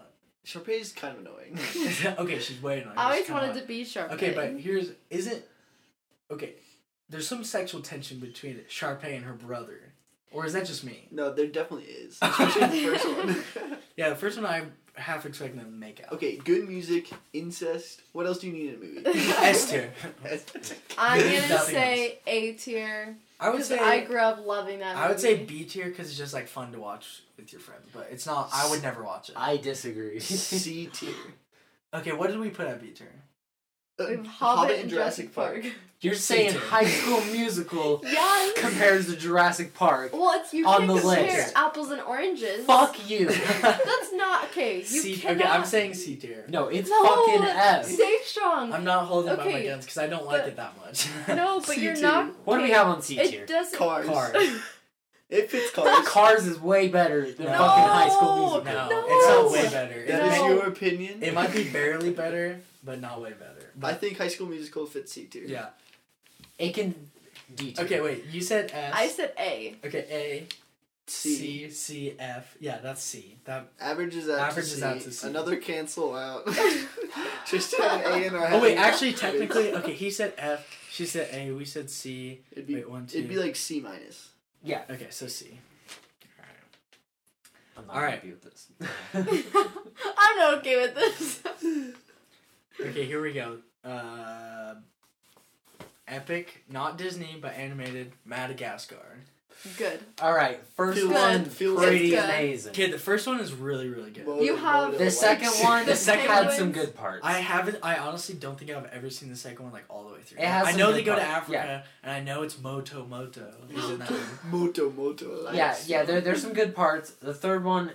Speaker 3: Sharpay's kind of
Speaker 1: <laughs>
Speaker 3: annoying.
Speaker 1: hot. <laughs> okay, she's way annoying.
Speaker 2: I always
Speaker 1: She's kinda
Speaker 2: wanted
Speaker 1: hot.
Speaker 2: to be Sharpay.
Speaker 1: Okay, but here's isn't okay. There's some sexual tension between Sharpay and her brother, or is that just me?
Speaker 3: no, there
Speaker 1: <laughs>
Speaker 3: definitely is. Especially in the first one. <laughs>
Speaker 1: Yeah, the first one I half expect them to make out.
Speaker 3: okay, good music, incest. What else do you need in a movie?
Speaker 1: S
Speaker 3: <laughs>
Speaker 1: tier.
Speaker 2: I'm gonna
Speaker 1: Nothing
Speaker 2: say A tier
Speaker 1: I
Speaker 2: <laughs>
Speaker 1: would
Speaker 2: because
Speaker 1: say
Speaker 2: I grew up loving that.
Speaker 1: I would say
Speaker 2: movie.
Speaker 1: B tier because it's just like fun to watch with your friends, but it's not. I would never watch it.
Speaker 2: <laughs>
Speaker 4: I disagree.
Speaker 3: C tier.
Speaker 1: Okay, what did we put at B tier?
Speaker 3: Uh,
Speaker 2: We have Hobbit, and Jurassic Park.
Speaker 4: <laughs>
Speaker 2: <laughs>
Speaker 4: You're saying High School Musical
Speaker 2: yes.
Speaker 4: compares to Jurassic Park.
Speaker 2: well, it's you
Speaker 4: On
Speaker 2: can't
Speaker 4: the
Speaker 2: compare
Speaker 4: list.
Speaker 2: apples and oranges. <laughs>
Speaker 4: Fuck you.
Speaker 2: That's not okay. You
Speaker 1: C.
Speaker 2: cannot.
Speaker 1: Okay, I'm saying C tier.
Speaker 4: No, it's
Speaker 2: no,
Speaker 4: fucking F.
Speaker 2: Stay strong.
Speaker 1: I'm not holding by my
Speaker 2: Okay,
Speaker 1: guns because I don't like
Speaker 2: but-
Speaker 1: it that much.
Speaker 2: <laughs>
Speaker 1: <laughs>
Speaker 2: no, but
Speaker 3: C
Speaker 2: you're
Speaker 3: tier.
Speaker 2: not.
Speaker 4: What do we
Speaker 2: okay,
Speaker 4: have on C tier?
Speaker 2: It doesn't.
Speaker 3: <laughs> Cars.
Speaker 1: Cars.
Speaker 3: It fits cars.
Speaker 4: Cars is way better than
Speaker 1: No.
Speaker 4: fucking High
Speaker 1: No,
Speaker 4: School Musical.
Speaker 1: it's
Speaker 2: No.
Speaker 1: not way better. It,
Speaker 3: That is
Speaker 1: may-
Speaker 2: No.
Speaker 3: your opinion.
Speaker 1: it might be barely better, but not way better.
Speaker 3: I
Speaker 1: But
Speaker 3: think High School Musical fits C tier.
Speaker 1: yeah.
Speaker 4: It can D tier.
Speaker 1: Okay, wait. You said S.
Speaker 2: I said A. <laughs>
Speaker 1: okay, A,
Speaker 3: C.
Speaker 1: C, C, F. Yeah, that's C. That.
Speaker 3: Averages out,
Speaker 1: Averages
Speaker 3: to, C.
Speaker 1: out to C.
Speaker 3: Another cancel out. <laughs> Tristan and A and I.
Speaker 1: Oh wait, actually, technically, okay. He said F. She said A. We said C.
Speaker 3: it'd be
Speaker 1: wait, one,
Speaker 3: it'd be
Speaker 1: two.
Speaker 3: like C minus.
Speaker 4: Yeah.
Speaker 1: Okay, so C. Alright.
Speaker 4: I'm not
Speaker 1: All right.
Speaker 4: happy with this. <laughs>
Speaker 2: <laughs> I'm not okay with this. <laughs>
Speaker 1: Okay, here we go. Uh, epic, not Disney, but animated Madagascar.
Speaker 2: Good.
Speaker 4: All right. First
Speaker 3: Feels-
Speaker 4: one,
Speaker 3: feels
Speaker 4: pretty
Speaker 2: good.
Speaker 4: amazing.
Speaker 1: Okay, the first one is really, really good.
Speaker 3: Well,
Speaker 2: You
Speaker 3: well,
Speaker 2: have-
Speaker 3: well,
Speaker 4: The
Speaker 3: like-
Speaker 2: <laughs>
Speaker 4: second one
Speaker 2: The
Speaker 1: second
Speaker 4: had
Speaker 2: one's-
Speaker 4: some good parts.
Speaker 1: I haven't. I honestly don't think I've ever seen the second one like all the way through.
Speaker 4: It has
Speaker 1: I
Speaker 4: some
Speaker 1: know
Speaker 4: good
Speaker 1: they go to
Speaker 4: parts,
Speaker 1: Africa,
Speaker 4: yeah.
Speaker 1: and I know it's Moto Moto. Is in that one.
Speaker 3: <laughs> Moto Moto. I
Speaker 4: yeah,
Speaker 3: see.
Speaker 4: yeah. There, there's some good parts. The third one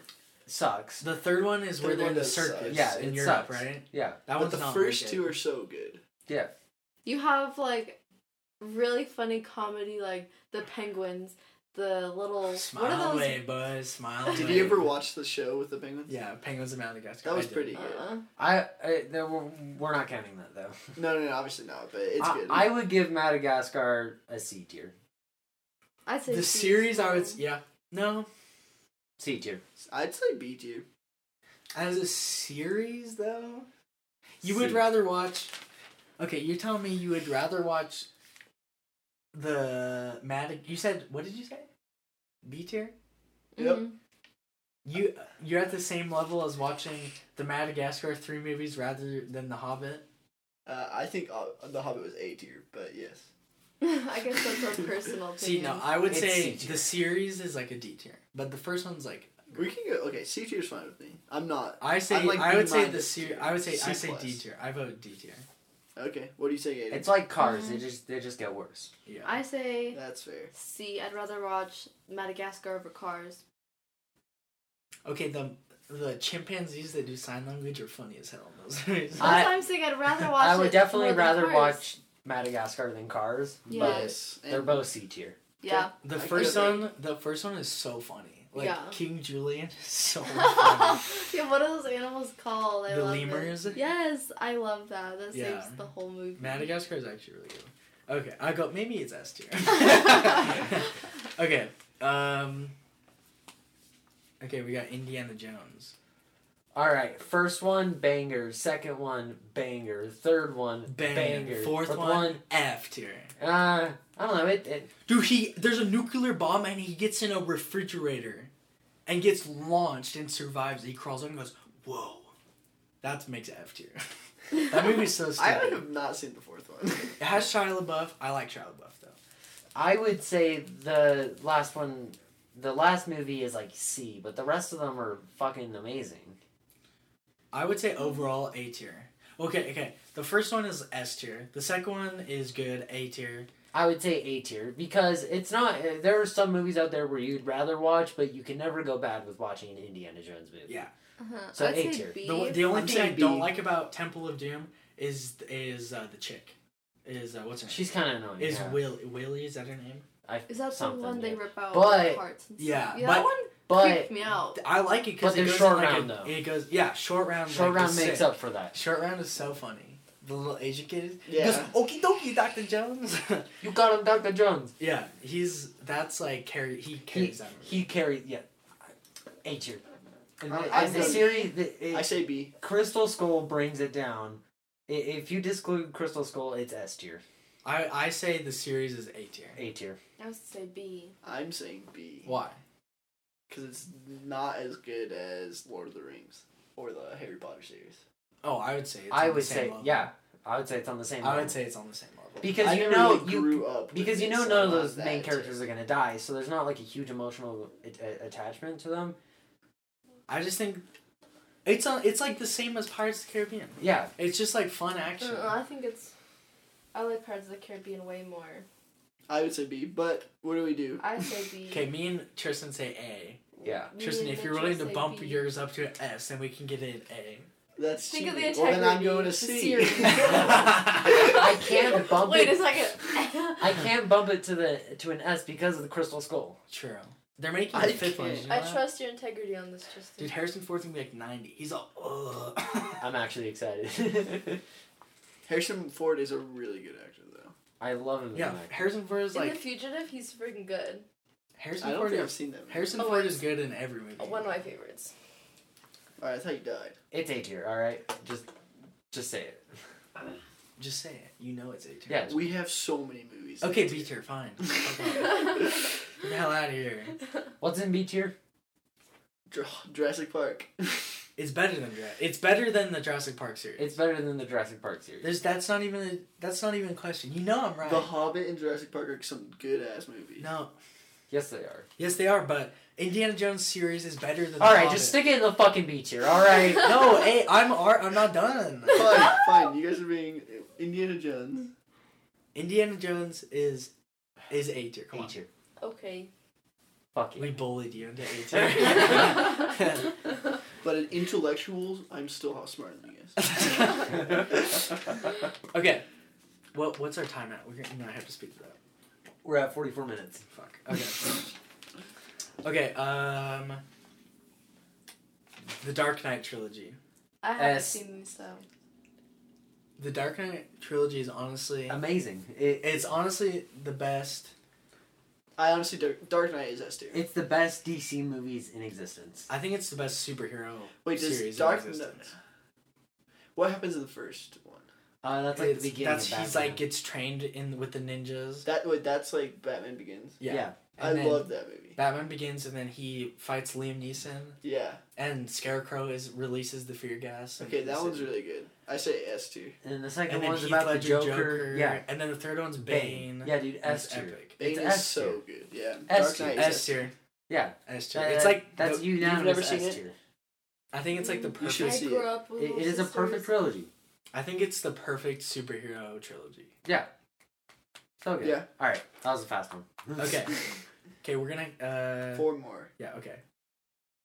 Speaker 4: sucks.
Speaker 1: The third one is where
Speaker 3: Third
Speaker 1: they're in
Speaker 3: one
Speaker 1: the
Speaker 3: does
Speaker 1: circus.
Speaker 3: suck.
Speaker 4: Yeah,
Speaker 1: in
Speaker 4: it
Speaker 1: Europe,
Speaker 4: sucks.
Speaker 1: right?
Speaker 4: Yeah,
Speaker 1: That
Speaker 3: But
Speaker 1: one's
Speaker 3: the
Speaker 1: not
Speaker 3: first
Speaker 1: very
Speaker 3: two
Speaker 1: good.
Speaker 3: are so good.
Speaker 4: yeah.
Speaker 2: You have like really funny comedy, like the penguins, the little. what
Speaker 1: Smile
Speaker 2: are those?
Speaker 1: away, boys. Smile.
Speaker 3: Did
Speaker 1: away.
Speaker 3: you ever watch the show with the penguins?
Speaker 1: Yeah, Penguins of Madagascar.
Speaker 3: That was
Speaker 1: I did.
Speaker 3: pretty good.
Speaker 2: Uh,
Speaker 4: I, I there were, we're not counting that though.
Speaker 3: No, no, no, obviously not. But it's
Speaker 4: I,
Speaker 3: good.
Speaker 4: Uh, I would give Madagascar a C tier.
Speaker 2: I say
Speaker 1: The
Speaker 2: C
Speaker 1: series, I would.
Speaker 2: too.
Speaker 1: Yeah. No,
Speaker 4: C tier.
Speaker 3: I'd say B tier.
Speaker 1: As a series, though, you would
Speaker 4: See.
Speaker 1: rather watch. Okay, you're telling me you would rather watch the Madag. You said what did you say? B tier.
Speaker 3: Yep.
Speaker 2: Mhm.
Speaker 1: You you're at the same level as watching the Madagascar three movies rather than The Hobbit.
Speaker 3: Uh, I think uh, The Hobbit was A tier, but yes.
Speaker 2: <laughs> I guess
Speaker 1: <laughs>
Speaker 2: that's our personal opinion.
Speaker 1: See, no, I would
Speaker 4: It's
Speaker 1: say
Speaker 4: C tier.
Speaker 1: the series is like a D tier, but the first one's like
Speaker 3: We can go. Okay, C tier's fine with me. I'm not.
Speaker 1: I say
Speaker 3: I'm like
Speaker 1: I
Speaker 3: B
Speaker 1: would say the
Speaker 3: minus
Speaker 1: series.
Speaker 3: tier.
Speaker 1: I would say I
Speaker 3: C
Speaker 1: say D
Speaker 3: plus.
Speaker 1: tier. I vote D tier.
Speaker 3: Okay, what do you say, Aiden?
Speaker 4: It's like cars.
Speaker 3: Mm-hmm.
Speaker 4: They just they just get worse.
Speaker 1: Yeah.
Speaker 2: I say
Speaker 3: That's fair.
Speaker 2: C. I'd rather watch Madagascar over Cars.
Speaker 1: Okay, the the chimpanzees that do sign language are funny as hell in those <laughs> movies.
Speaker 4: I-
Speaker 2: That's why I'm saying
Speaker 1: <laughs>
Speaker 2: I'd rather watch.
Speaker 4: I would
Speaker 2: it
Speaker 4: definitely
Speaker 2: more than
Speaker 4: rather
Speaker 2: Cars.
Speaker 4: watch Madagascar than Cars.
Speaker 2: Yeah.
Speaker 4: But
Speaker 3: Yes. and-
Speaker 4: they're both C tier.
Speaker 2: Yeah.
Speaker 1: the
Speaker 3: I
Speaker 1: first
Speaker 3: agree.
Speaker 1: one, the first one is so funny. Like
Speaker 2: Yeah.
Speaker 1: King Julian is so funny.
Speaker 2: yeah, what are those animals called? I
Speaker 1: The
Speaker 2: love it.
Speaker 1: lemurs?
Speaker 2: Yes, I love that. That
Speaker 1: Yeah.
Speaker 2: saves the whole movie.
Speaker 1: Madagascar is actually really good. Okay, I go. Maybe it's S tier. <laughs> okay. Um. Okay, we got Indiana Jones.
Speaker 4: All right, first one banger, second one banger, third one
Speaker 1: Bang.
Speaker 4: banger,
Speaker 1: Fourth, one, F tier.
Speaker 4: one, uh, I don't know. It, it
Speaker 1: Dude, he there's a nuclear bomb and he gets in a refrigerator, and gets launched and survives. He crawls up and goes, "Whoa." That makes it F tier. <laughs> that movie's so
Speaker 3: I
Speaker 1: stupid.
Speaker 3: have not seen the fourth
Speaker 4: <laughs>
Speaker 3: one.
Speaker 1: It has Shia LaBeouf. I like Shia LaBeouf though.
Speaker 4: I would say the last one, the last movie is like C, but the rest of them are fucking amazing.
Speaker 1: I would say overall A tier. Okay, okay. The first one is S tier. The second one is good, A tier.
Speaker 4: I would say A tier because it's not. uh, There are some movies out there where you'd rather watch, but you can never go bad with watching an Indiana Jones movie.
Speaker 1: Yeah.
Speaker 2: Uh-huh.
Speaker 4: So
Speaker 2: I'd
Speaker 4: A
Speaker 2: say
Speaker 4: tier.
Speaker 2: B.
Speaker 1: The, one- the only
Speaker 3: I'm
Speaker 1: thing I
Speaker 3: saying
Speaker 1: don't
Speaker 3: B.
Speaker 1: like about Temple of Doom is is uh, the chick. Is uh, what's her name?
Speaker 4: she's kind of annoying.
Speaker 1: is
Speaker 4: yeah.
Speaker 1: Will Willie? Is that her name?
Speaker 4: I,
Speaker 2: Is that the
Speaker 4: something,
Speaker 2: one
Speaker 4: yeah.
Speaker 2: they rip out
Speaker 4: But-
Speaker 2: parts? And stuff?
Speaker 1: Yeah,
Speaker 2: yeah,
Speaker 1: but-
Speaker 2: that one
Speaker 4: But
Speaker 2: creeped me out.
Speaker 1: I like it because
Speaker 4: But
Speaker 1: it
Speaker 4: there's
Speaker 1: goes
Speaker 4: Short
Speaker 1: in, like,
Speaker 4: Round,
Speaker 1: a-
Speaker 4: though.
Speaker 1: It goes yeah, short round.
Speaker 4: Short
Speaker 1: like,
Speaker 4: Round
Speaker 1: is
Speaker 4: makes
Speaker 1: sick.
Speaker 4: up for that.
Speaker 1: Short round is so funny. The little Asian kid.
Speaker 3: Yeah.
Speaker 1: Okie dokie, Doctor Jones. <laughs>
Speaker 4: You got him, Doctor Jones.
Speaker 1: yeah, he's that's like carry. He
Speaker 4: He
Speaker 1: carries that movie.
Speaker 4: he carried yeah. A tier. And
Speaker 3: I-
Speaker 4: the,
Speaker 3: I
Speaker 4: and the
Speaker 3: say-
Speaker 4: series, the,
Speaker 3: I
Speaker 4: it,
Speaker 3: say B.
Speaker 4: Crystal Skull brings it down. I- If you disclude Crystal Skull, it's S tier,
Speaker 1: I I say the series is A tier.
Speaker 4: A tier.
Speaker 2: I was to say B.
Speaker 3: I'm saying B.
Speaker 1: Why?
Speaker 3: Because it's not as good as Lord of the Rings or the Harry Potter series.
Speaker 1: Oh, I would say. It's
Speaker 4: I
Speaker 1: on the
Speaker 4: would
Speaker 1: same
Speaker 4: say
Speaker 1: level.
Speaker 4: yeah. I would say it's on the same.
Speaker 1: I
Speaker 4: level.
Speaker 1: would say it's on the same level.
Speaker 4: because
Speaker 3: I
Speaker 4: you
Speaker 3: never
Speaker 4: know
Speaker 3: really
Speaker 4: you
Speaker 3: grew up
Speaker 4: because
Speaker 3: with
Speaker 4: you
Speaker 3: it,
Speaker 4: know
Speaker 3: so
Speaker 4: none
Speaker 3: I'm
Speaker 4: of
Speaker 3: not
Speaker 4: those main
Speaker 3: that
Speaker 4: characters are
Speaker 3: tier.
Speaker 4: gonna die, so there's not like a huge emotional a- a- attachment to them.
Speaker 1: I just think it's on. It's like the same as Pirates of the Caribbean.
Speaker 4: Yeah,
Speaker 1: It's just like fun
Speaker 2: I
Speaker 1: action.
Speaker 2: don't know, I think it's. I like Pirates of the Caribbean way more.
Speaker 3: I would say B, but what do we do?
Speaker 2: I say B. <laughs>
Speaker 1: Okay, me and Tristan say A.
Speaker 4: yeah.
Speaker 2: Me
Speaker 1: Tristan,
Speaker 2: and
Speaker 1: if you're
Speaker 2: Mitchell
Speaker 1: willing to
Speaker 2: say
Speaker 1: bump
Speaker 2: B.
Speaker 1: yours up to an S, then we can get it an
Speaker 3: <laughs> That's
Speaker 2: Think of the
Speaker 3: cheating. Well, then I'm
Speaker 2: integrity
Speaker 3: going to
Speaker 2: of the
Speaker 3: C.
Speaker 4: <laughs>
Speaker 2: series. <laughs>
Speaker 4: I can't bump
Speaker 2: Wait
Speaker 4: it.
Speaker 2: a
Speaker 1: <laughs>
Speaker 2: second.
Speaker 4: I can't bump it to the to an S because of the Crystal Skull.
Speaker 1: True. They're making
Speaker 3: I
Speaker 1: a fifth one.
Speaker 3: can't.
Speaker 1: did you know
Speaker 2: I
Speaker 1: that?
Speaker 2: trust your integrity on this, Tristan.
Speaker 1: Dude, Harrison Ford's gonna be like ninety. He's all. Ugh.
Speaker 4: I'm actually excited.
Speaker 3: <laughs>
Speaker 4: <laughs>
Speaker 3: Harrison Ford is a really good actor, though.
Speaker 4: I love him.
Speaker 1: yeah,
Speaker 4: in that.
Speaker 1: Harrison Ford is
Speaker 2: In The
Speaker 1: like
Speaker 2: Fugitive, he's freaking good.
Speaker 1: Harrison
Speaker 3: I don't
Speaker 1: Ford.
Speaker 3: think I've
Speaker 1: Is,
Speaker 3: seen that. movie.
Speaker 1: Harrison
Speaker 2: Oh,
Speaker 1: Ford
Speaker 2: it's-
Speaker 1: is good in every movie.
Speaker 2: One of
Speaker 1: <laughs>
Speaker 2: my favorites. <laughs>
Speaker 3: All right, I thought you died.
Speaker 4: It's A tier. All right, just just say it.
Speaker 1: Just say it. You know it's A tier.
Speaker 4: Yeah.
Speaker 3: We have so many movies.
Speaker 1: Okay, B tier.
Speaker 4: <laughs>
Speaker 1: Fine. Get the hell out of here.
Speaker 4: What's in B tier?
Speaker 3: Dr- Jurassic Park.
Speaker 1: It's better than Jura- It's better than the Jurassic Park series.
Speaker 4: It's better than the Jurassic Park series.
Speaker 1: There's that's not even a, that's not even a question. You know I'm right.
Speaker 3: The Hobbit and Jurassic Park are some good ass movies.
Speaker 1: no.
Speaker 4: Yes, they are.
Speaker 1: Yes, they are, but Indiana Jones series is better than.
Speaker 4: All
Speaker 1: the
Speaker 4: right,
Speaker 1: Hobbit.
Speaker 4: just stick it in the fucking B tier. All <laughs> right.
Speaker 1: No, hey, I'm ar- I'm not
Speaker 2: <laughs>
Speaker 1: done.
Speaker 3: <laughs> Fine, fine. You guys are being Indiana Jones.
Speaker 1: Indiana Jones is is A tier. Come
Speaker 4: A
Speaker 1: on,
Speaker 4: tier.
Speaker 2: okay.
Speaker 4: Fuck you.
Speaker 1: we bullied you into
Speaker 4: <laughs>
Speaker 1: A tier.
Speaker 2: <laughs>
Speaker 1: <laughs>
Speaker 2: I
Speaker 3: But in intellectuals, I'm still smarter than you guys.
Speaker 4: <laughs>
Speaker 1: okay, what what's our time at? We're gonna, no, I have to speak to that.
Speaker 4: We're at 44 minutes.
Speaker 1: Fuck. Okay.
Speaker 4: <laughs>
Speaker 1: okay. Um. The Dark Knight trilogy.
Speaker 2: haven't <laughs>
Speaker 4: S.
Speaker 2: seen these though.
Speaker 1: The Dark Knight trilogy is honestly
Speaker 4: Um, Amazing. It,
Speaker 1: it's honestly the best.
Speaker 3: I honestly, Dark, Dark Knight is S tier.
Speaker 4: it's the best DC movies in existence.
Speaker 1: I think it's the best superhero
Speaker 3: Wait, does
Speaker 1: series
Speaker 3: Dark
Speaker 1: in
Speaker 3: Knight?
Speaker 1: existence.
Speaker 3: What happens in the first one?
Speaker 4: Uh, that's like
Speaker 1: It's-
Speaker 4: the beginning.
Speaker 1: That's
Speaker 4: of
Speaker 1: he's
Speaker 4: Batman.
Speaker 1: like gets trained in with the ninjas.
Speaker 3: That wait, that's like Batman Begins.
Speaker 1: Yeah.
Speaker 4: Yeah.
Speaker 1: And
Speaker 3: I
Speaker 1: then
Speaker 3: love that movie.
Speaker 1: Batman Begins, and then he fights Liam Neeson,
Speaker 3: Yeah.
Speaker 1: and Scarecrow is releases the fear gas. and
Speaker 3: Okay, that
Speaker 1: he's-
Speaker 3: one's really good. I say S tier.
Speaker 4: And then the
Speaker 1: And,
Speaker 4: second
Speaker 1: then
Speaker 4: one's
Speaker 1: Heath
Speaker 4: about the
Speaker 1: Ledger
Speaker 4: Joker. Yeah.
Speaker 1: and then the third one's Bane.
Speaker 4: Bane. Yeah, dude.
Speaker 1: And it's
Speaker 4: S tier.
Speaker 1: epic.
Speaker 3: Bane
Speaker 4: It's
Speaker 3: is
Speaker 4: S
Speaker 3: so good. Yeah.
Speaker 4: S
Speaker 3: Dark
Speaker 4: tier.
Speaker 3: Knight is
Speaker 1: S tier.
Speaker 4: Yeah.
Speaker 1: S tier.
Speaker 4: That-
Speaker 1: It's like
Speaker 4: that's
Speaker 1: the-
Speaker 4: unanimous
Speaker 3: never seen
Speaker 4: S
Speaker 3: it?
Speaker 4: tier.
Speaker 1: I think it's like the
Speaker 3: You
Speaker 1: perfect.
Speaker 3: should see
Speaker 2: I
Speaker 3: it.
Speaker 2: grew up with
Speaker 4: It-
Speaker 2: little
Speaker 4: it is a
Speaker 2: sisters.
Speaker 4: perfect trilogy.
Speaker 1: I think it's the perfect superhero trilogy.
Speaker 4: So good.
Speaker 3: Yeah.
Speaker 4: All right. That was a fast one.
Speaker 3: <laughs>
Speaker 1: Okay. Okay, we're gonna. Uh,
Speaker 3: Four more.
Speaker 1: Yeah. Okay.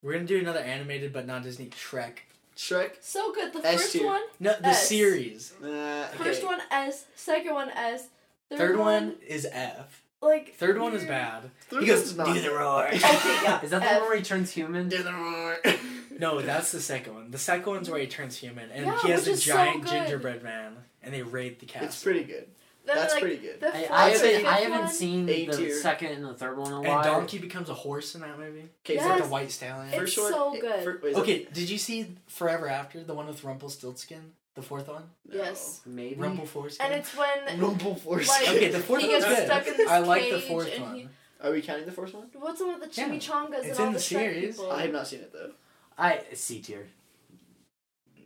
Speaker 1: We're gonna do another animated but not Disney Shrek.
Speaker 3: Shrek.
Speaker 2: So good. The
Speaker 3: S
Speaker 2: first
Speaker 3: tier.
Speaker 2: one,
Speaker 1: No, the
Speaker 2: S.
Speaker 1: series.
Speaker 3: Uh, okay.
Speaker 2: first one S, second one S, third,
Speaker 1: Third
Speaker 2: one,
Speaker 1: one is F.
Speaker 2: like
Speaker 1: Third one is
Speaker 2: weird.
Speaker 1: bad.
Speaker 3: Third
Speaker 1: he goes
Speaker 3: one's not
Speaker 1: do the
Speaker 3: bad.
Speaker 1: roar.
Speaker 2: <laughs> Okay, yeah.
Speaker 4: <laughs> Is that the
Speaker 2: F.
Speaker 4: one where he turns human?
Speaker 3: Do the roar.
Speaker 1: <laughs>
Speaker 3: <laughs>
Speaker 1: No, that's the second one. The second one's where he turns human, and
Speaker 2: Yeah,
Speaker 1: he has
Speaker 2: which
Speaker 1: a
Speaker 2: is so
Speaker 1: giant
Speaker 2: good.
Speaker 1: gingerbread man, and they raid the castle.
Speaker 3: It's pretty good.
Speaker 2: Then,
Speaker 3: That's
Speaker 2: like,
Speaker 3: pretty good.
Speaker 2: The
Speaker 4: I,
Speaker 2: fourth
Speaker 4: I
Speaker 2: and
Speaker 3: That's
Speaker 4: haven't,
Speaker 2: fifth
Speaker 4: I haven't
Speaker 2: one,
Speaker 4: seen
Speaker 3: A
Speaker 4: the
Speaker 3: tier.
Speaker 4: second and the third one in a
Speaker 1: And
Speaker 4: while.
Speaker 1: Donkey becomes a horse in that movie.
Speaker 3: Okay,
Speaker 1: He's like
Speaker 2: Yes.
Speaker 1: a white stallion.
Speaker 2: It's
Speaker 3: First one.
Speaker 2: so
Speaker 3: it-
Speaker 2: good.
Speaker 3: fir- wait, is
Speaker 1: okay, did you see Forever After the one with Rumpelstiltskin, the fourth one?
Speaker 3: that- no.
Speaker 2: Yes.
Speaker 4: Maybe.
Speaker 1: Rumple Foreskin.
Speaker 2: And it's when
Speaker 3: <laughs> Rumble Force.
Speaker 2: Like-
Speaker 1: okay, the fourth
Speaker 2: He
Speaker 1: one's
Speaker 2: gets
Speaker 1: good.
Speaker 2: stuck in this
Speaker 1: I like the
Speaker 2: cage
Speaker 1: fourth
Speaker 2: and
Speaker 1: one.
Speaker 2: he-
Speaker 3: Are we counting the first one?
Speaker 2: what's the one with the
Speaker 1: Yeah.
Speaker 2: chimichangas and
Speaker 1: It's
Speaker 2: all
Speaker 1: in the
Speaker 2: the Shrek
Speaker 1: series.
Speaker 2: people?
Speaker 3: I have not seen it though.
Speaker 4: I C tier.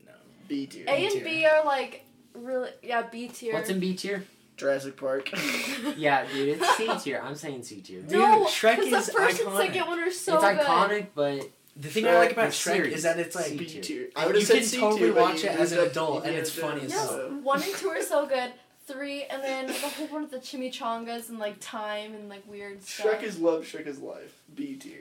Speaker 1: No.
Speaker 3: B tier.
Speaker 2: A and
Speaker 1: tier.
Speaker 2: B are like really yeah B tier.
Speaker 4: What's in B tier?
Speaker 3: Jurassic
Speaker 2: <laughs>
Speaker 3: Park.
Speaker 1: <laughs>
Speaker 4: Yeah, dude, it's C tier. I'm saying C tier.
Speaker 1: Dude,
Speaker 2: no,
Speaker 1: Shrek
Speaker 2: 'cause
Speaker 1: is
Speaker 2: the first
Speaker 1: iconic.
Speaker 2: and second one are so
Speaker 4: it's
Speaker 2: good.
Speaker 4: iconic, but
Speaker 1: The thing I like
Speaker 4: Shrek,
Speaker 1: about
Speaker 4: the
Speaker 1: Shrek
Speaker 4: series.
Speaker 1: is that it's like
Speaker 4: See,
Speaker 3: B tier.
Speaker 1: You
Speaker 3: I would have said
Speaker 1: can
Speaker 3: C
Speaker 1: totally
Speaker 3: tier, but
Speaker 1: watch
Speaker 3: you
Speaker 1: it as an
Speaker 3: ended up
Speaker 1: adult, and
Speaker 3: Indiana
Speaker 1: it's funny as
Speaker 3: Jones,
Speaker 2: Yes,
Speaker 1: hell.
Speaker 3: so- <laughs>
Speaker 2: one and two are so good. Three and then the whole one of the chimichangas and like time and like weird stuff.
Speaker 3: Shrek is love. Shrek is life. B tier.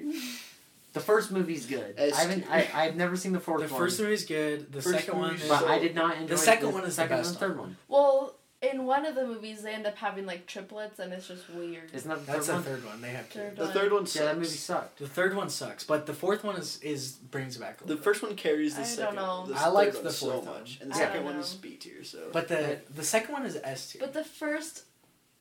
Speaker 4: the first movie's good. I
Speaker 3: S
Speaker 4: haven't.
Speaker 3: tier.
Speaker 4: I, I've never seen the fourth
Speaker 1: The
Speaker 4: one.
Speaker 1: first one is good. The
Speaker 3: First
Speaker 1: second
Speaker 3: one
Speaker 1: one
Speaker 3: is
Speaker 1: is
Speaker 4: but
Speaker 3: so-
Speaker 4: I did not enjoy
Speaker 1: second one is the
Speaker 4: second
Speaker 1: best
Speaker 4: and third
Speaker 1: one.
Speaker 4: one.
Speaker 2: well, in one of the movies they end up having like triplets and it's just weird.
Speaker 4: Isn't that the
Speaker 1: that's
Speaker 4: third
Speaker 1: the
Speaker 4: one?
Speaker 1: third one. They have kids.
Speaker 2: Third
Speaker 3: The third one
Speaker 4: Yeah, that movie
Speaker 3: sucks.
Speaker 4: sucked.
Speaker 1: The third one sucks, but the fourth one is is brings it back. A
Speaker 3: The
Speaker 1: little bit.
Speaker 3: first one carries the
Speaker 2: I don't
Speaker 3: second.
Speaker 2: know.
Speaker 3: The
Speaker 1: I liked
Speaker 3: third
Speaker 1: the
Speaker 3: one so
Speaker 1: fourth one.
Speaker 3: much, and the
Speaker 2: I
Speaker 3: second
Speaker 2: don't
Speaker 3: one
Speaker 2: know.
Speaker 3: is B tier. So
Speaker 1: but the the second one is S tier.
Speaker 2: But the first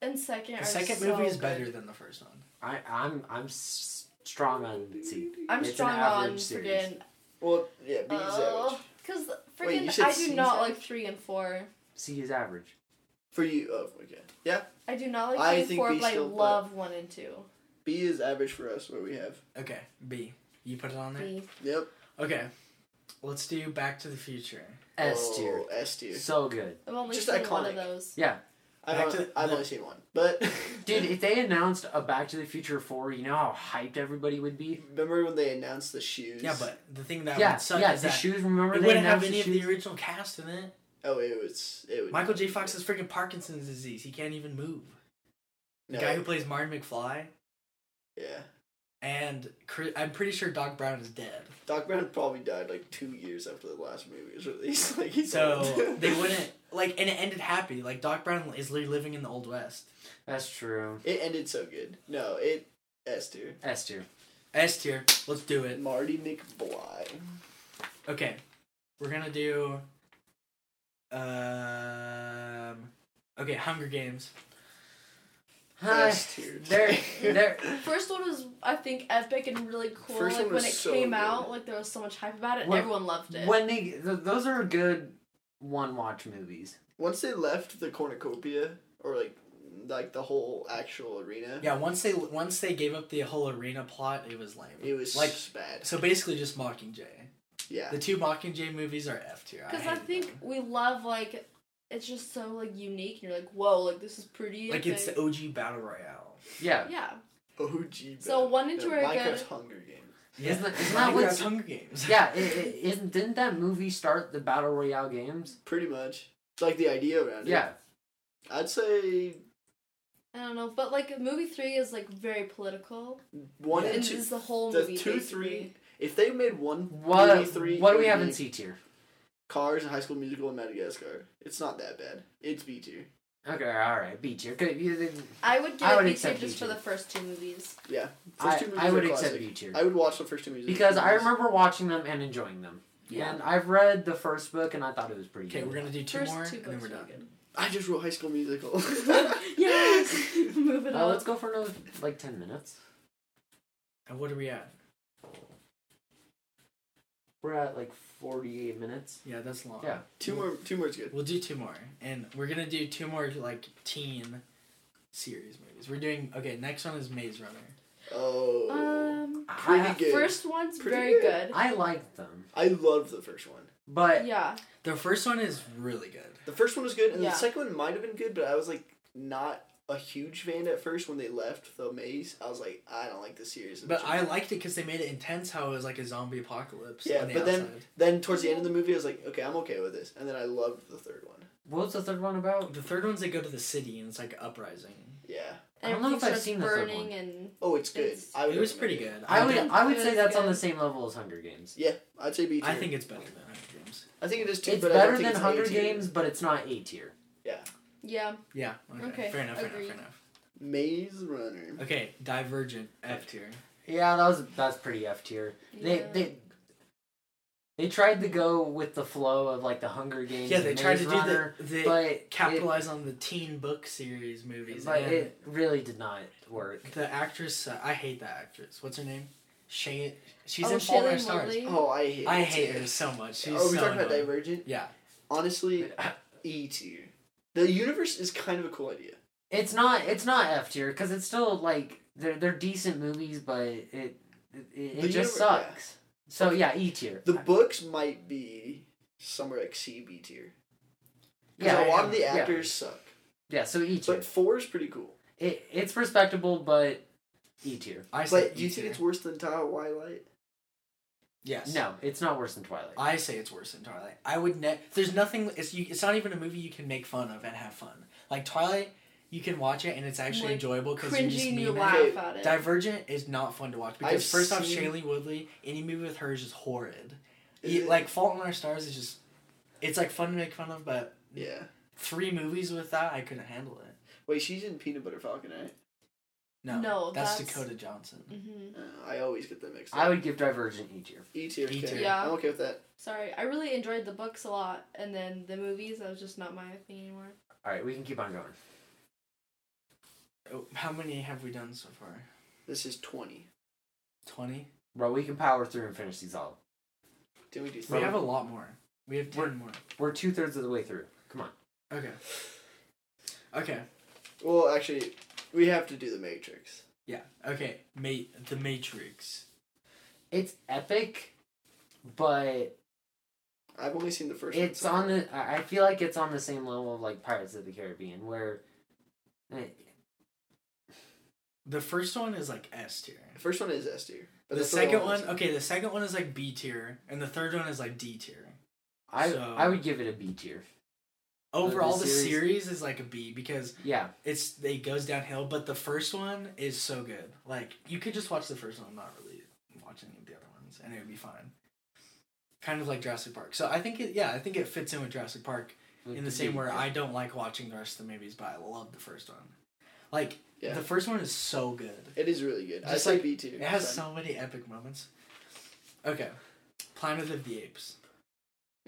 Speaker 2: and second
Speaker 1: The
Speaker 2: are
Speaker 1: second
Speaker 2: so
Speaker 1: movie is
Speaker 2: good.
Speaker 1: better than the first one.
Speaker 4: I, I'm I'm s- strong on C.
Speaker 2: I'm
Speaker 4: It's an
Speaker 2: strong on
Speaker 4: average series.
Speaker 2: friggin'
Speaker 3: well, yeah, B is average.
Speaker 2: oh, because
Speaker 3: Wait, you
Speaker 2: friggin'
Speaker 3: said
Speaker 2: I
Speaker 3: C's
Speaker 2: do not
Speaker 3: average?
Speaker 2: like three and four.
Speaker 4: C is average.
Speaker 3: For you, oh, okay. Yeah,
Speaker 2: I do not like
Speaker 3: I
Speaker 2: three and
Speaker 3: think
Speaker 2: four,
Speaker 3: B's
Speaker 2: but I
Speaker 3: still, but-
Speaker 2: love one and two.
Speaker 3: B is average for us. What we have.
Speaker 1: Okay, B. You put it on there.
Speaker 2: B.
Speaker 3: Yep.
Speaker 1: Okay, let's do Back to the Future.
Speaker 4: S tier.
Speaker 3: Oh, S tier.
Speaker 4: So good.
Speaker 2: I've only
Speaker 3: Just
Speaker 2: seen one
Speaker 3: iconic.
Speaker 2: of those.
Speaker 3: I've,
Speaker 1: Back
Speaker 3: only,
Speaker 1: to-
Speaker 3: I've
Speaker 1: the-
Speaker 3: only seen one,
Speaker 1: <laughs>
Speaker 3: but
Speaker 4: Dude, if they announced a Back to the Future 4, you know how hyped everybody would be?
Speaker 3: <laughs> remember when they announced the shoes?
Speaker 1: Yeah, but the thing that
Speaker 4: yeah,
Speaker 1: would suck
Speaker 4: yeah,
Speaker 1: is
Speaker 4: the
Speaker 1: that
Speaker 4: shoes, remember?
Speaker 1: it
Speaker 4: they
Speaker 1: wouldn't have
Speaker 4: announced
Speaker 1: any of
Speaker 4: shoes?
Speaker 1: the original cast in it.
Speaker 3: oh, it was it was
Speaker 1: Michael J. Fox is freaking Parkinson's disease. He can't even move. The
Speaker 3: No,
Speaker 1: guy who plays Martin McFly
Speaker 3: yeah,
Speaker 1: and Chris, I'm pretty sure Doc Brown is dead.
Speaker 3: Doc Brown probably died like two years after the last movie was released. <laughs> Like <laughs> he's
Speaker 1: So
Speaker 3: old.
Speaker 1: they wouldn't like, and it ended happy. Like Doc Brown is literally living in the Old West.
Speaker 4: That's true.
Speaker 3: <laughs> It ended so good. No, it S tier.
Speaker 4: S tier.
Speaker 1: S tier. Let's do it.
Speaker 3: Marty McFly.
Speaker 1: Okay, we're gonna do. Um. Okay, Hunger Games.
Speaker 4: Huh,
Speaker 3: S tier.
Speaker 4: They're,
Speaker 1: <laughs>
Speaker 4: they're,
Speaker 2: First one was, I think, epic and really cool.
Speaker 3: First
Speaker 2: like when
Speaker 3: one was
Speaker 2: it
Speaker 3: so
Speaker 2: came
Speaker 3: good.
Speaker 2: out, like there was so much hype about it, and
Speaker 4: When-
Speaker 2: everyone loved it.
Speaker 4: when they, th- those are good one watch movies.
Speaker 3: Once they left the cornucopia or like like the whole actual arena,
Speaker 1: Yeah, once they once they gave up the whole arena plot, it was lame.
Speaker 3: it was
Speaker 1: Like-
Speaker 3: bad.
Speaker 1: So basically, just Mockingjay.
Speaker 3: Yeah.
Speaker 1: The two Mockingjay movies are F tier.
Speaker 2: Because I,
Speaker 1: hated
Speaker 2: think
Speaker 1: them.
Speaker 2: we love like it's just so like unique, and you're like, whoa, like this is pretty.
Speaker 1: like it's
Speaker 2: epic.
Speaker 1: the OG battle royale.
Speaker 4: Yeah.
Speaker 1: <laughs>
Speaker 2: yeah.
Speaker 3: OG.
Speaker 2: So
Speaker 3: bad.
Speaker 2: one and
Speaker 3: No,
Speaker 2: two are
Speaker 3: Minecraft
Speaker 2: good.
Speaker 3: Hunger Games.
Speaker 4: Isn't that- isn't that
Speaker 1: Minecraft
Speaker 4: what's-
Speaker 1: Hunger Games?
Speaker 4: Yeah, it, it, isn't, didn't that movie start the Battle Royale games?
Speaker 3: Pretty much. It's like the idea around it.
Speaker 4: Yeah.
Speaker 3: I'd say
Speaker 2: I don't know, but like movie three is like very political.
Speaker 3: one
Speaker 2: And
Speaker 3: and
Speaker 2: this
Speaker 3: two.
Speaker 2: is the whole
Speaker 3: The
Speaker 2: movie.
Speaker 3: two, three.
Speaker 2: basically.
Speaker 3: If they made one
Speaker 4: What,
Speaker 3: movie, three,
Speaker 4: what do we
Speaker 3: it would
Speaker 4: have in
Speaker 3: be
Speaker 4: C tier?
Speaker 3: Cars and High School Musical and Madagascar. It's not that bad. It's B tier.
Speaker 4: Okay, alright, B tier. Good, you- then-
Speaker 2: I would do
Speaker 4: I
Speaker 2: it
Speaker 4: would
Speaker 2: B tier
Speaker 4: accept
Speaker 2: just
Speaker 4: B
Speaker 2: for
Speaker 4: tier.
Speaker 2: the first two movies.
Speaker 3: Yeah.
Speaker 4: I,
Speaker 3: movies
Speaker 4: I
Speaker 3: are
Speaker 4: would accept
Speaker 3: classic.
Speaker 4: B tier.
Speaker 3: I would watch the first two movies.
Speaker 4: Because I remember watching them and enjoying them.
Speaker 1: Yeah.
Speaker 4: And I've read the first book and I thought it was
Speaker 1: <laughs>
Speaker 4: pretty
Speaker 1: Okay,
Speaker 4: good.
Speaker 1: we're gonna do two
Speaker 2: first
Speaker 1: more,
Speaker 2: two
Speaker 1: and then
Speaker 2: books
Speaker 1: we're
Speaker 2: were
Speaker 1: done.
Speaker 2: good.
Speaker 3: I just wrote High School Musical.
Speaker 2: <laughs> Yes, <laughs> move it
Speaker 4: Uh,
Speaker 2: on.
Speaker 4: let's go for another like ten minutes.
Speaker 1: And what are we at?
Speaker 4: We're at like forty eight minutes. Mm.
Speaker 1: Yeah, that's long.
Speaker 4: Yeah.
Speaker 3: Two more. Two more is good.
Speaker 1: We'll do two more, and we're gonna do two more like teen series movies. We're doing okay. Next one is Maze Runner.
Speaker 3: Oh,
Speaker 4: Uh,
Speaker 2: Um,
Speaker 3: pretty
Speaker 4: I,
Speaker 3: good.
Speaker 2: first one's
Speaker 3: Pretty
Speaker 2: very
Speaker 3: good.
Speaker 2: good.
Speaker 4: I liked them,
Speaker 3: I loved the first one.
Speaker 4: but
Speaker 2: Yeah,
Speaker 1: The first one is really good.
Speaker 3: The first one was good, and
Speaker 2: Yeah.
Speaker 3: the second one might have been good, but I was like not a huge fan at first when they left the maze. I was like, I don't like this series.
Speaker 1: But I liked it because they made it intense. How it was like a zombie apocalypse.
Speaker 3: Yeah,
Speaker 1: on the
Speaker 3: but then-
Speaker 1: outside.
Speaker 3: then towards the end of the movie, I was like, okay, I'm okay with this, and then I loved the third one.
Speaker 4: what was the third one about?
Speaker 1: the third one's they go to the city and it's like uprising.
Speaker 3: Yeah.
Speaker 4: I
Speaker 2: and
Speaker 4: don't know
Speaker 2: everything
Speaker 4: if I've
Speaker 2: starts
Speaker 4: seen the third
Speaker 2: burning and
Speaker 3: Oh, it's good.
Speaker 2: It's-
Speaker 3: I would
Speaker 1: It was
Speaker 3: recommend
Speaker 1: pretty good.
Speaker 4: I would
Speaker 1: think-
Speaker 4: I would
Speaker 2: It
Speaker 4: say
Speaker 2: was
Speaker 4: that's on the
Speaker 2: good.
Speaker 4: same level as Hunger Games.
Speaker 3: Yeah, I'd say B tier.
Speaker 1: I think it's better than Hunger Games.
Speaker 3: I think it is too.
Speaker 4: It's
Speaker 3: but I
Speaker 4: better
Speaker 3: don't think
Speaker 4: than
Speaker 3: it's
Speaker 4: Hunger
Speaker 3: A tier.
Speaker 4: Games, but it's not A tier.
Speaker 2: yeah.
Speaker 1: Yeah. Okay.
Speaker 2: Okay,
Speaker 1: fair enough. Fair
Speaker 2: agreed.
Speaker 1: enough. Fair enough.
Speaker 3: Maze Runner.
Speaker 1: Okay. Divergent F tier.
Speaker 4: Yeah, that was that's pretty F tier. They
Speaker 2: yeah.
Speaker 4: they they tried to go with the flow of like the Hunger Games.
Speaker 1: Yeah, they
Speaker 4: and
Speaker 1: tried to
Speaker 4: Maze
Speaker 1: do
Speaker 4: Runner,
Speaker 1: the, the
Speaker 4: but it-
Speaker 1: capitalize on the teen book series movies.
Speaker 4: but
Speaker 1: and
Speaker 4: it really did not work.
Speaker 1: The actress, uh, I hate that actress. What's her name? Shay. She's
Speaker 2: Oh,
Speaker 1: in Fault in Our
Speaker 2: Shailene
Speaker 1: Stars.
Speaker 2: Woodley?
Speaker 3: Oh, I hate.
Speaker 1: I
Speaker 3: it
Speaker 1: hate
Speaker 3: too.
Speaker 1: her so much. She's
Speaker 3: Are Oh, we
Speaker 1: so
Speaker 3: talking about
Speaker 1: annoying.
Speaker 3: Divergent?
Speaker 1: Yeah,
Speaker 3: Honestly, E tier. The universe is kind of a cool idea.
Speaker 4: It's not it's not F tier because it's still like they're they're decent movies, but it it, it
Speaker 3: The
Speaker 4: just
Speaker 3: universe- yeah.
Speaker 4: sucks. So yeah, E tier.
Speaker 3: The books might be somewhere like C B tier. Because
Speaker 4: Yeah,
Speaker 3: a lot of the
Speaker 4: yeah.
Speaker 3: actors suck.
Speaker 4: Yeah, so E tier.
Speaker 3: But four is pretty cool.
Speaker 4: It it's respectable, but E tier.
Speaker 1: I say.
Speaker 3: But do you
Speaker 1: E
Speaker 3: think
Speaker 1: tier. Mm.
Speaker 3: it's worse than Twilight?
Speaker 1: Yes.
Speaker 4: No, it's not worse than Twilight.
Speaker 1: I say it's worse than Twilight. I would ne. There's nothing. It's you, It's not even a movie you can make fun of and have fun. Like Twilight, you can watch it and it's actually
Speaker 2: Like,
Speaker 1: enjoyable because you just
Speaker 2: cringy and you
Speaker 1: meme it.
Speaker 2: laugh
Speaker 3: Okay,
Speaker 2: at it.
Speaker 1: Divergent is not fun to watch because
Speaker 3: I've
Speaker 1: first off,
Speaker 3: seen-
Speaker 1: Shailene Woodley. Any movie with her is just horrid.
Speaker 3: Is
Speaker 1: E-
Speaker 3: it-
Speaker 1: like Fault in Our Stars is just. It's like fun to make fun of, but
Speaker 3: Yeah.
Speaker 1: three movies with that, I couldn't handle it.
Speaker 3: Wait, she's in Peanut Butter Falcon, right?
Speaker 1: No,
Speaker 2: No,
Speaker 1: that's,
Speaker 2: that's-
Speaker 1: Dakota Johnson.
Speaker 2: Mhm.
Speaker 3: Uh, I always get that mixed up.
Speaker 4: I would give Divergent E tier.
Speaker 3: E tier.
Speaker 1: E
Speaker 3: okay.
Speaker 1: tier.
Speaker 2: Yeah.
Speaker 3: I'm okay with that.
Speaker 2: Sorry, I really enjoyed the books a lot, and then the movies. That was just not my thing anymore.
Speaker 4: All right, we can keep on going.
Speaker 1: Oh, How many have we done so far?
Speaker 3: This is 20.
Speaker 1: Twenty.
Speaker 4: Bro, we can power through and finish these all.
Speaker 3: Did we do
Speaker 1: We
Speaker 3: three?
Speaker 1: have a lot more. We have 10
Speaker 4: We're-
Speaker 1: more.
Speaker 4: We're two thirds of the way through. Come on.
Speaker 1: Okay. Okay.
Speaker 3: Well, actually, we have to do The Matrix.
Speaker 1: Yeah. Okay. Mate, The Matrix.
Speaker 4: It's epic, but
Speaker 3: I've only seen the first one.
Speaker 4: it's on the. I I feel like it's on the same level of like Pirates of the Caribbean, where eh,
Speaker 1: The first one is like S tier.
Speaker 3: The first one is S tier. but
Speaker 1: The
Speaker 3: that's only
Speaker 1: second
Speaker 3: I've
Speaker 1: one,
Speaker 3: seen.
Speaker 1: okay, the second one is like B tier, and the third one is like D tier.
Speaker 4: I
Speaker 1: So-
Speaker 4: I would give it a B tier.
Speaker 1: Overall, the,
Speaker 4: series-
Speaker 1: series is like a B because
Speaker 4: Yeah,
Speaker 1: it's it goes downhill. But the first one is so good. Like you could just watch the first one, not really watch any of the other ones, and it would be fine. Kind of like Jurassic Park. So I think it, yeah, I think it fits in with Jurassic Park. in the same where I don't like watching the rest of the movies, but I love the first one. Like
Speaker 3: Yeah.
Speaker 1: the first one is so good.
Speaker 3: It is really good. I
Speaker 1: Just
Speaker 3: say
Speaker 1: like-
Speaker 3: B tier.
Speaker 1: It has
Speaker 3: Fine.
Speaker 1: so many epic moments. Okay, Planet of the Apes.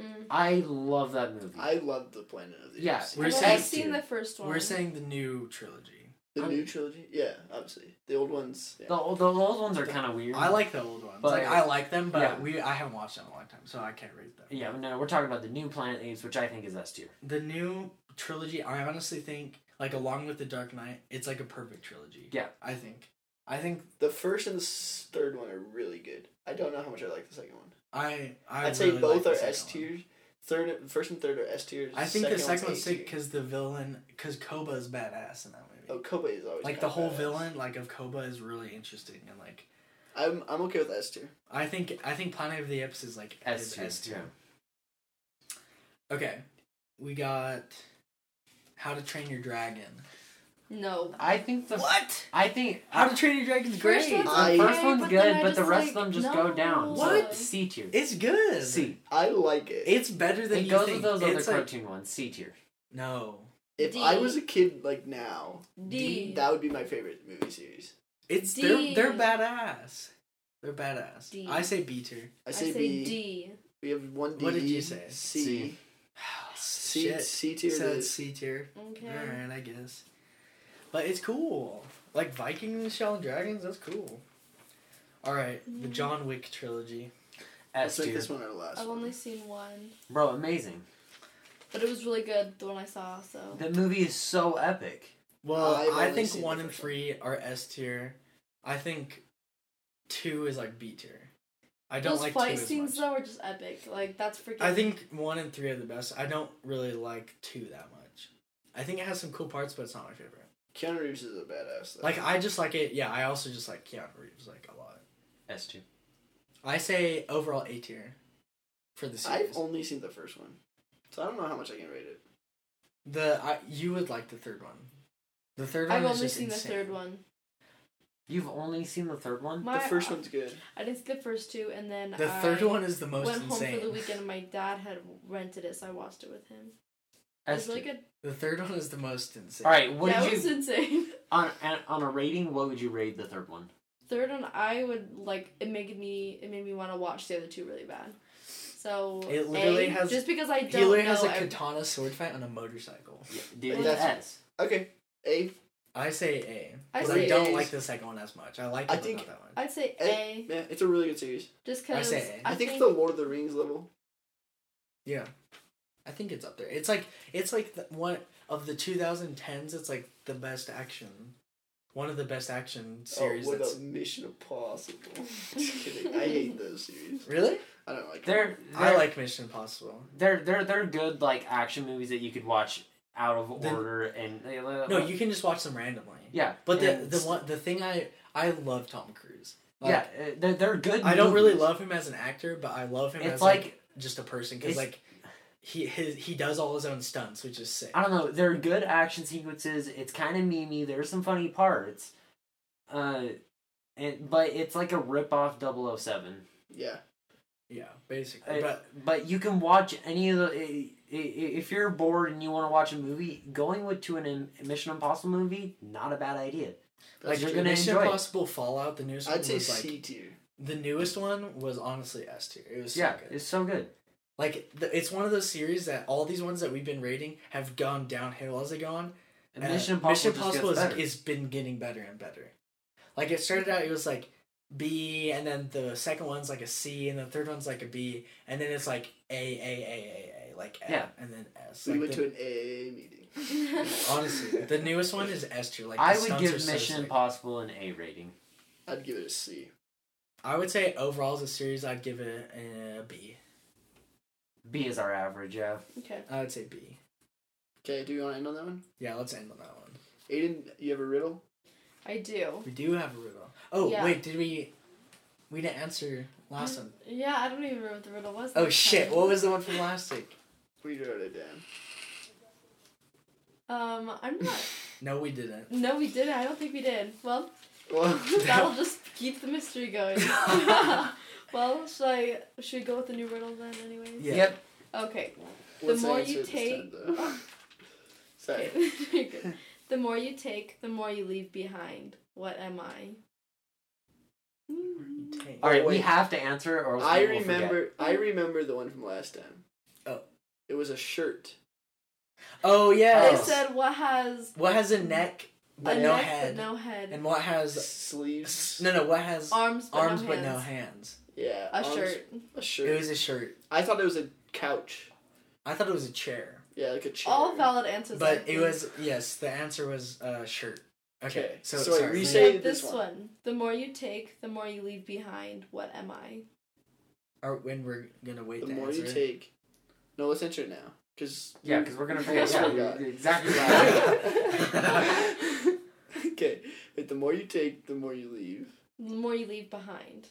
Speaker 2: Mm.
Speaker 4: I love that movie.
Speaker 3: I love the Planet of the
Speaker 4: Yeah.
Speaker 3: Apes.
Speaker 1: We're
Speaker 2: I've
Speaker 1: saying-
Speaker 2: only seen the first one.
Speaker 1: We're saying the new trilogy.
Speaker 3: The
Speaker 4: I'm-
Speaker 3: new trilogy? Yeah, obviously. The old ones. Yeah.
Speaker 4: the, old, the old ones are kind of weird.
Speaker 1: I like the old ones.
Speaker 4: But-
Speaker 1: like I like them, but
Speaker 4: yeah.
Speaker 1: we I haven't watched them in a long time, so I can't rate them.
Speaker 4: Yeah, no, we're talking about the new Planet of the Apes, which I think is S tier.
Speaker 1: The new trilogy, I honestly think, like along with the Dark Knight, it's like a perfect trilogy.
Speaker 4: Yeah.
Speaker 1: I think. I think
Speaker 3: The first and the s- third one are really good. I don't know how much I like the second one.
Speaker 1: I. I
Speaker 3: I'd say
Speaker 1: really like
Speaker 3: both
Speaker 1: the
Speaker 3: are
Speaker 1: second
Speaker 3: S
Speaker 1: one.
Speaker 3: tiers. Third, first and third are S tiers.
Speaker 1: I think the second
Speaker 3: one's
Speaker 1: one's sick
Speaker 3: A tier.
Speaker 1: because the villain, because Koba is badass in that movie.
Speaker 3: Oh, Koba is always
Speaker 1: like
Speaker 3: kinda
Speaker 1: the whole
Speaker 3: badass.
Speaker 1: villain, like of Koba, is really interesting and like
Speaker 3: I'm I'm okay with S tier.
Speaker 1: I think I think Planet of the Apes is like
Speaker 4: S
Speaker 1: is
Speaker 4: tier.
Speaker 1: S
Speaker 4: yeah.
Speaker 1: tier. Okay, we got How to Train Your Dragon.
Speaker 2: no.
Speaker 4: I think the
Speaker 1: What?
Speaker 4: I think
Speaker 1: How to Train Your Dragon's great.
Speaker 2: one's
Speaker 3: I- Okay,
Speaker 4: The Uh, first one's
Speaker 2: but then
Speaker 4: good,
Speaker 2: I
Speaker 4: but the
Speaker 2: just,
Speaker 4: rest
Speaker 2: like,
Speaker 4: of them just
Speaker 2: no.
Speaker 4: go down.
Speaker 1: What?
Speaker 4: So C tier.
Speaker 1: it's good.
Speaker 4: C.
Speaker 3: I like it.
Speaker 1: It's better than
Speaker 4: It
Speaker 1: you
Speaker 4: goes
Speaker 1: think.
Speaker 4: with those other
Speaker 1: It's like-
Speaker 4: cartoon ones. C tier.
Speaker 1: no,
Speaker 3: if
Speaker 2: D.
Speaker 3: I was a kid like now,
Speaker 2: D.
Speaker 3: that would be my favorite movie series.
Speaker 1: it's
Speaker 2: D.
Speaker 1: they're they're badass. They're badass.
Speaker 2: D.
Speaker 1: I say B
Speaker 2: <sighs>
Speaker 1: tier.
Speaker 3: I
Speaker 2: I
Speaker 3: say,
Speaker 2: say
Speaker 3: B.
Speaker 2: D.
Speaker 3: We have one D.
Speaker 1: What did you say?
Speaker 3: C. C.
Speaker 1: Shit.
Speaker 3: C tier.
Speaker 1: So it's
Speaker 3: to-
Speaker 1: C tier.
Speaker 2: Okay.
Speaker 1: Alright, I guess. But it's cool. Like Vikings, Shell, and Dragons, that's cool. Alright, the
Speaker 2: Mm.
Speaker 1: John Wick trilogy.
Speaker 4: S
Speaker 3: Let's make
Speaker 4: tier.
Speaker 3: this one our last
Speaker 2: I've
Speaker 3: one.
Speaker 2: only seen one,
Speaker 4: Bro, amazing.
Speaker 2: but it was really good. The one I saw. So
Speaker 4: That movie is so epic.
Speaker 1: Well,
Speaker 3: I've
Speaker 1: I
Speaker 3: only
Speaker 1: think
Speaker 3: seen the
Speaker 1: one and
Speaker 3: first one.
Speaker 1: three are S tier. I think two is like B tier. I don't
Speaker 2: those
Speaker 1: like
Speaker 2: fight
Speaker 1: two as
Speaker 2: scenes
Speaker 1: much.
Speaker 2: though are just epic. Like that's freaking.
Speaker 1: I think one and three are the best. I don't really like two that much. I think it has some cool parts, but it's not my favorite.
Speaker 3: Keanu Reeves is a badass. Though.
Speaker 1: Like I just like it. Yeah, I also just like Keanu Reeves like a lot.
Speaker 4: S tier.
Speaker 1: I say overall A tier for the
Speaker 3: I've
Speaker 1: series.
Speaker 3: only seen the first one, so I don't know how much I can rate it.
Speaker 1: The I, you would like the third one. The third one.
Speaker 2: I've
Speaker 1: is
Speaker 2: only
Speaker 1: just
Speaker 2: seen
Speaker 1: insane.
Speaker 2: the third one.
Speaker 4: You've only seen the third one?
Speaker 2: My, uh,
Speaker 3: the first one's good.
Speaker 2: I didn't see the first two, and then
Speaker 1: The
Speaker 2: I
Speaker 1: third one is the most
Speaker 2: went
Speaker 1: insane.
Speaker 2: home for the weekend, and my dad had rented it, so I watched it with him. It
Speaker 4: S
Speaker 2: was really
Speaker 4: tier.
Speaker 2: good.
Speaker 1: The third one is the most insane.
Speaker 4: All right, what
Speaker 2: yeah, it
Speaker 4: did
Speaker 2: was
Speaker 4: you
Speaker 2: insane. <laughs>
Speaker 4: on on- on a rating? What would you rate the third one?
Speaker 2: Third one, I would like it made me it made me want to watch the other two really bad. So
Speaker 1: It literally
Speaker 2: A,
Speaker 1: has-
Speaker 2: just because I
Speaker 1: He literally
Speaker 2: don't know.
Speaker 1: has a
Speaker 2: I-
Speaker 1: katana sword fight on a motorcycle.
Speaker 4: Yeah, dude,
Speaker 3: Well,
Speaker 4: it's
Speaker 3: that's-
Speaker 4: S.
Speaker 3: Okay, A.
Speaker 1: I say A.
Speaker 2: I
Speaker 1: Because I
Speaker 2: say
Speaker 1: don't
Speaker 3: A.
Speaker 1: like the second one as much. I like it,
Speaker 3: I
Speaker 1: but
Speaker 3: think-
Speaker 1: not that one.
Speaker 2: I'd say
Speaker 3: A.
Speaker 2: A,
Speaker 3: Yeah, it's a really good series.
Speaker 2: just
Speaker 1: I
Speaker 2: because I,
Speaker 1: say A.
Speaker 3: I, think,
Speaker 2: think
Speaker 3: it's the Lord of the Rings level. oh,
Speaker 1: Yeah. I think it's up there. It's like it's like the, one of the 2010s. It's like the best action, one of the best action series.
Speaker 3: oh, what
Speaker 1: that's
Speaker 3: about
Speaker 2: <laughs>
Speaker 3: Mission Impossible? Just kidding. I hate those series.
Speaker 1: really.
Speaker 3: I don't like
Speaker 4: They're,
Speaker 3: them.
Speaker 1: I
Speaker 4: they're-
Speaker 1: like Mission Impossible.
Speaker 4: they're they're they're good like action movies that you could watch out of
Speaker 1: Then-
Speaker 4: order and uh,
Speaker 1: No, you can just watch them randomly.
Speaker 4: yeah.
Speaker 1: But the
Speaker 4: and
Speaker 1: the one the thing I I love Tom Cruise. Like,
Speaker 4: yeah, uh, they're, they're good.
Speaker 1: I don't really
Speaker 4: movies.
Speaker 1: love him as an actor, but I love him as
Speaker 4: It's
Speaker 1: like,
Speaker 4: like
Speaker 1: just a person because
Speaker 4: it's-
Speaker 1: like he his he does all his own stunts, which is sick.
Speaker 4: I don't know. They're good action sequences. It's kind of memey. There's some funny parts. Uh, and but it's like a rip off 007.
Speaker 3: Yeah.
Speaker 1: Yeah, basically.
Speaker 4: Uh,
Speaker 1: but
Speaker 4: but you can watch any of the. i- i- If you're bored and you want to watch a movie, going with to an Im- Mission Impossible movie, not a bad idea.
Speaker 1: like
Speaker 3: That's
Speaker 4: you're
Speaker 3: true.
Speaker 4: gonna
Speaker 1: Mission
Speaker 4: enjoy it.
Speaker 1: Impossible Fallout, the newest one
Speaker 3: I'd say
Speaker 1: was like
Speaker 3: C tier.
Speaker 1: the newest one was honestly S tier. It was so
Speaker 4: yeah,
Speaker 1: good.
Speaker 4: it's so good.
Speaker 1: Like the, it's one of those series that all these ones that we've been rating have gone downhill as they go on.
Speaker 4: And
Speaker 1: and
Speaker 4: Mission Impossible,
Speaker 1: Mission Impossible
Speaker 4: just gets
Speaker 1: is,
Speaker 4: better.
Speaker 1: is been getting better and better. Like it started out, it was like B, and then the second one's like a C, and the third one's like a B, and then it's like A A A A A, like F,
Speaker 4: Yeah.
Speaker 1: and then S.
Speaker 3: we
Speaker 1: Like,
Speaker 3: went
Speaker 1: the-
Speaker 3: to an AA meeting.
Speaker 2: <laughs>
Speaker 3: <laughs>
Speaker 1: honestly, the newest one is S tier. Like the
Speaker 4: I would
Speaker 1: stunts
Speaker 4: give
Speaker 1: are so
Speaker 4: Mission
Speaker 1: sick.
Speaker 4: Impossible an A rating.
Speaker 3: I'd give it a C.
Speaker 1: I would say overall as a series, I'd give it a B.
Speaker 4: B is our average. Yeah.
Speaker 2: okay.
Speaker 1: I would say B.
Speaker 3: Okay, do you want to end on that one?
Speaker 1: Yeah, let's end on that one.
Speaker 3: Aiden, you have a riddle?
Speaker 2: I do.
Speaker 1: We do have a riddle. Oh
Speaker 2: Yeah. Mm-hmm.
Speaker 1: wait, did we? We didn't answer last one.
Speaker 2: Yeah, I don't even remember what the riddle was.
Speaker 1: Oh
Speaker 2: this
Speaker 1: shit!
Speaker 2: time.
Speaker 1: What was the one from last week?
Speaker 3: We wrote it down.
Speaker 2: Um, I'm not.
Speaker 1: No, we didn't.
Speaker 2: No, we didn't. I don't think we did. Well,
Speaker 1: <laughs>
Speaker 2: <laughs>
Speaker 3: Well, <laughs>
Speaker 2: that'll just keep the mystery going. <laughs> well, should I should we go with the new riddle then, anyways?
Speaker 1: Yeah.
Speaker 4: Yep.
Speaker 2: Okay.
Speaker 3: let's
Speaker 2: more
Speaker 3: answer
Speaker 2: you
Speaker 3: it this time,
Speaker 2: take-
Speaker 3: though. <laughs> Sorry.
Speaker 2: <laughs> Okay, very good. <laughs> the more you take, the more you leave behind. What am I?
Speaker 4: All right, we
Speaker 3: Wait.
Speaker 4: have to answer it or else
Speaker 3: I
Speaker 4: people will forget.
Speaker 3: remember. I remember the one from last time.
Speaker 1: Oh.
Speaker 3: It was a shirt.
Speaker 1: Oh
Speaker 2: They
Speaker 1: yes.
Speaker 2: said what has
Speaker 1: what has a neck but
Speaker 2: a
Speaker 1: no
Speaker 2: neck
Speaker 1: head,
Speaker 2: but no head,
Speaker 1: and what has
Speaker 3: Sleeves.
Speaker 1: <laughs> no no what has
Speaker 2: arms but
Speaker 1: arms
Speaker 2: no
Speaker 1: but
Speaker 2: hands,
Speaker 1: no hands?
Speaker 3: Yeah.
Speaker 2: a
Speaker 3: arms-
Speaker 2: shirt.
Speaker 3: A
Speaker 1: It
Speaker 3: shirt.
Speaker 1: was a shirt.
Speaker 3: I thought it was a couch.
Speaker 1: I thought it was a chair,
Speaker 3: Yeah, like a chair.
Speaker 2: All valid answers.
Speaker 1: but
Speaker 2: I
Speaker 1: it
Speaker 2: think.
Speaker 1: was yes. The answer was uh, shirt. Okay,
Speaker 3: Okay,
Speaker 1: so,
Speaker 3: so wait,
Speaker 1: sorry.
Speaker 3: we
Speaker 2: So
Speaker 3: say-
Speaker 2: yeah,
Speaker 3: this
Speaker 2: this,
Speaker 3: one.
Speaker 2: one. The more you take, the more you leave behind. What am I?
Speaker 1: Or when we're gonna wait
Speaker 3: The
Speaker 1: to
Speaker 3: more
Speaker 1: answer
Speaker 3: you
Speaker 1: it.
Speaker 3: take. No, let's enter it now. Cause
Speaker 4: Yeah, because we're gonna
Speaker 3: forget.
Speaker 4: forget.
Speaker 3: Yeah,
Speaker 4: yeah,
Speaker 3: you're
Speaker 4: exactly.
Speaker 3: <laughs> okay. Wait, the more you take, the more you leave.
Speaker 2: <laughs> The more you leave behind.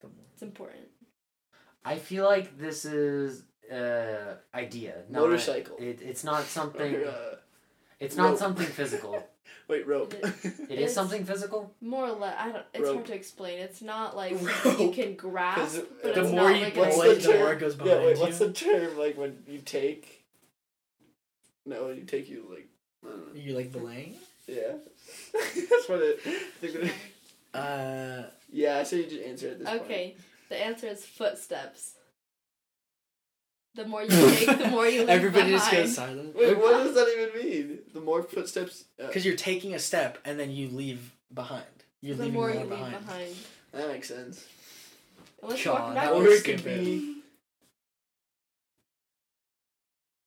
Speaker 1: The more-
Speaker 2: It's important.
Speaker 4: I feel like this is uh idea. Not
Speaker 3: Motorcycle.
Speaker 4: It, it's not something.
Speaker 3: <laughs> Or, uh,
Speaker 4: It's not
Speaker 3: rope. <laughs>
Speaker 4: something physical.
Speaker 3: wait, rope.
Speaker 4: It is
Speaker 2: It's-
Speaker 4: something physical.
Speaker 2: More or less, I don't. It's
Speaker 3: Rope.
Speaker 2: hard to explain. It's not like
Speaker 1: <laughs> Rope.
Speaker 2: you can grasp,
Speaker 3: 'Cause
Speaker 2: but
Speaker 1: the
Speaker 2: it's
Speaker 1: more
Speaker 2: not
Speaker 1: you
Speaker 2: like
Speaker 1: put
Speaker 2: an
Speaker 3: what's
Speaker 1: away,
Speaker 3: the
Speaker 1: the
Speaker 2: extension.
Speaker 3: term?
Speaker 1: more it goes
Speaker 3: <laughs> yeah, wait,
Speaker 1: behind
Speaker 3: what's
Speaker 1: you.
Speaker 3: the term like when you take? No, when you take you like. I don't know.
Speaker 1: You like belaying?
Speaker 3: Yeah, <laughs> that's what it. I think that-
Speaker 1: Uh,
Speaker 3: yeah, I say you just answer at this point.
Speaker 2: Okay, the answer is footsteps. The more you take, the
Speaker 1: <laughs>
Speaker 2: more you leave
Speaker 1: everybody just
Speaker 2: behind.
Speaker 1: goes silent.
Speaker 3: Wait, what does that even mean? The more footsteps. Uh,
Speaker 1: Because you're taking a step and then you leave behind. You're
Speaker 2: The
Speaker 1: leaving
Speaker 2: more
Speaker 1: more
Speaker 2: you leave
Speaker 1: behind.
Speaker 2: behind.
Speaker 3: that makes sense.
Speaker 2: Unless you're walking
Speaker 4: God,
Speaker 1: Or it
Speaker 2: backwards.
Speaker 3: Or
Speaker 1: could
Speaker 3: <laughs>
Speaker 1: be.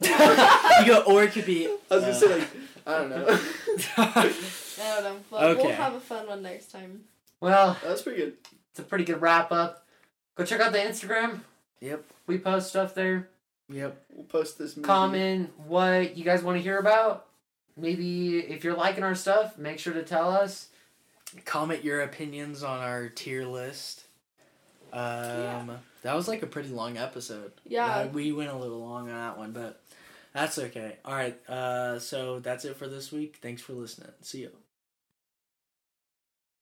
Speaker 2: I
Speaker 1: You go, or it could be. uh,
Speaker 3: I was gonna say like I don't know. <laughs>
Speaker 1: like.
Speaker 2: don't know. But
Speaker 1: Okay.
Speaker 2: We'll have a fun one next time.
Speaker 4: Well,
Speaker 3: That's pretty good.
Speaker 4: it's a pretty good wrap up. Go check out the Instagram.
Speaker 1: <laughs> yep.
Speaker 4: We post stuff there.
Speaker 1: Yep.
Speaker 3: We'll post this. Movie.
Speaker 4: Comment what you guys want to hear about. Maybe if you're liking our stuff, make sure to tell us.
Speaker 1: Comment your opinions on our tier list. Um,
Speaker 2: Yeah.
Speaker 1: that was like a pretty long episode.
Speaker 2: Yeah.
Speaker 1: Uh, we went a little long on that one, but that's okay. All right. Uh, so that's it for this week. Thanks for listening. See you.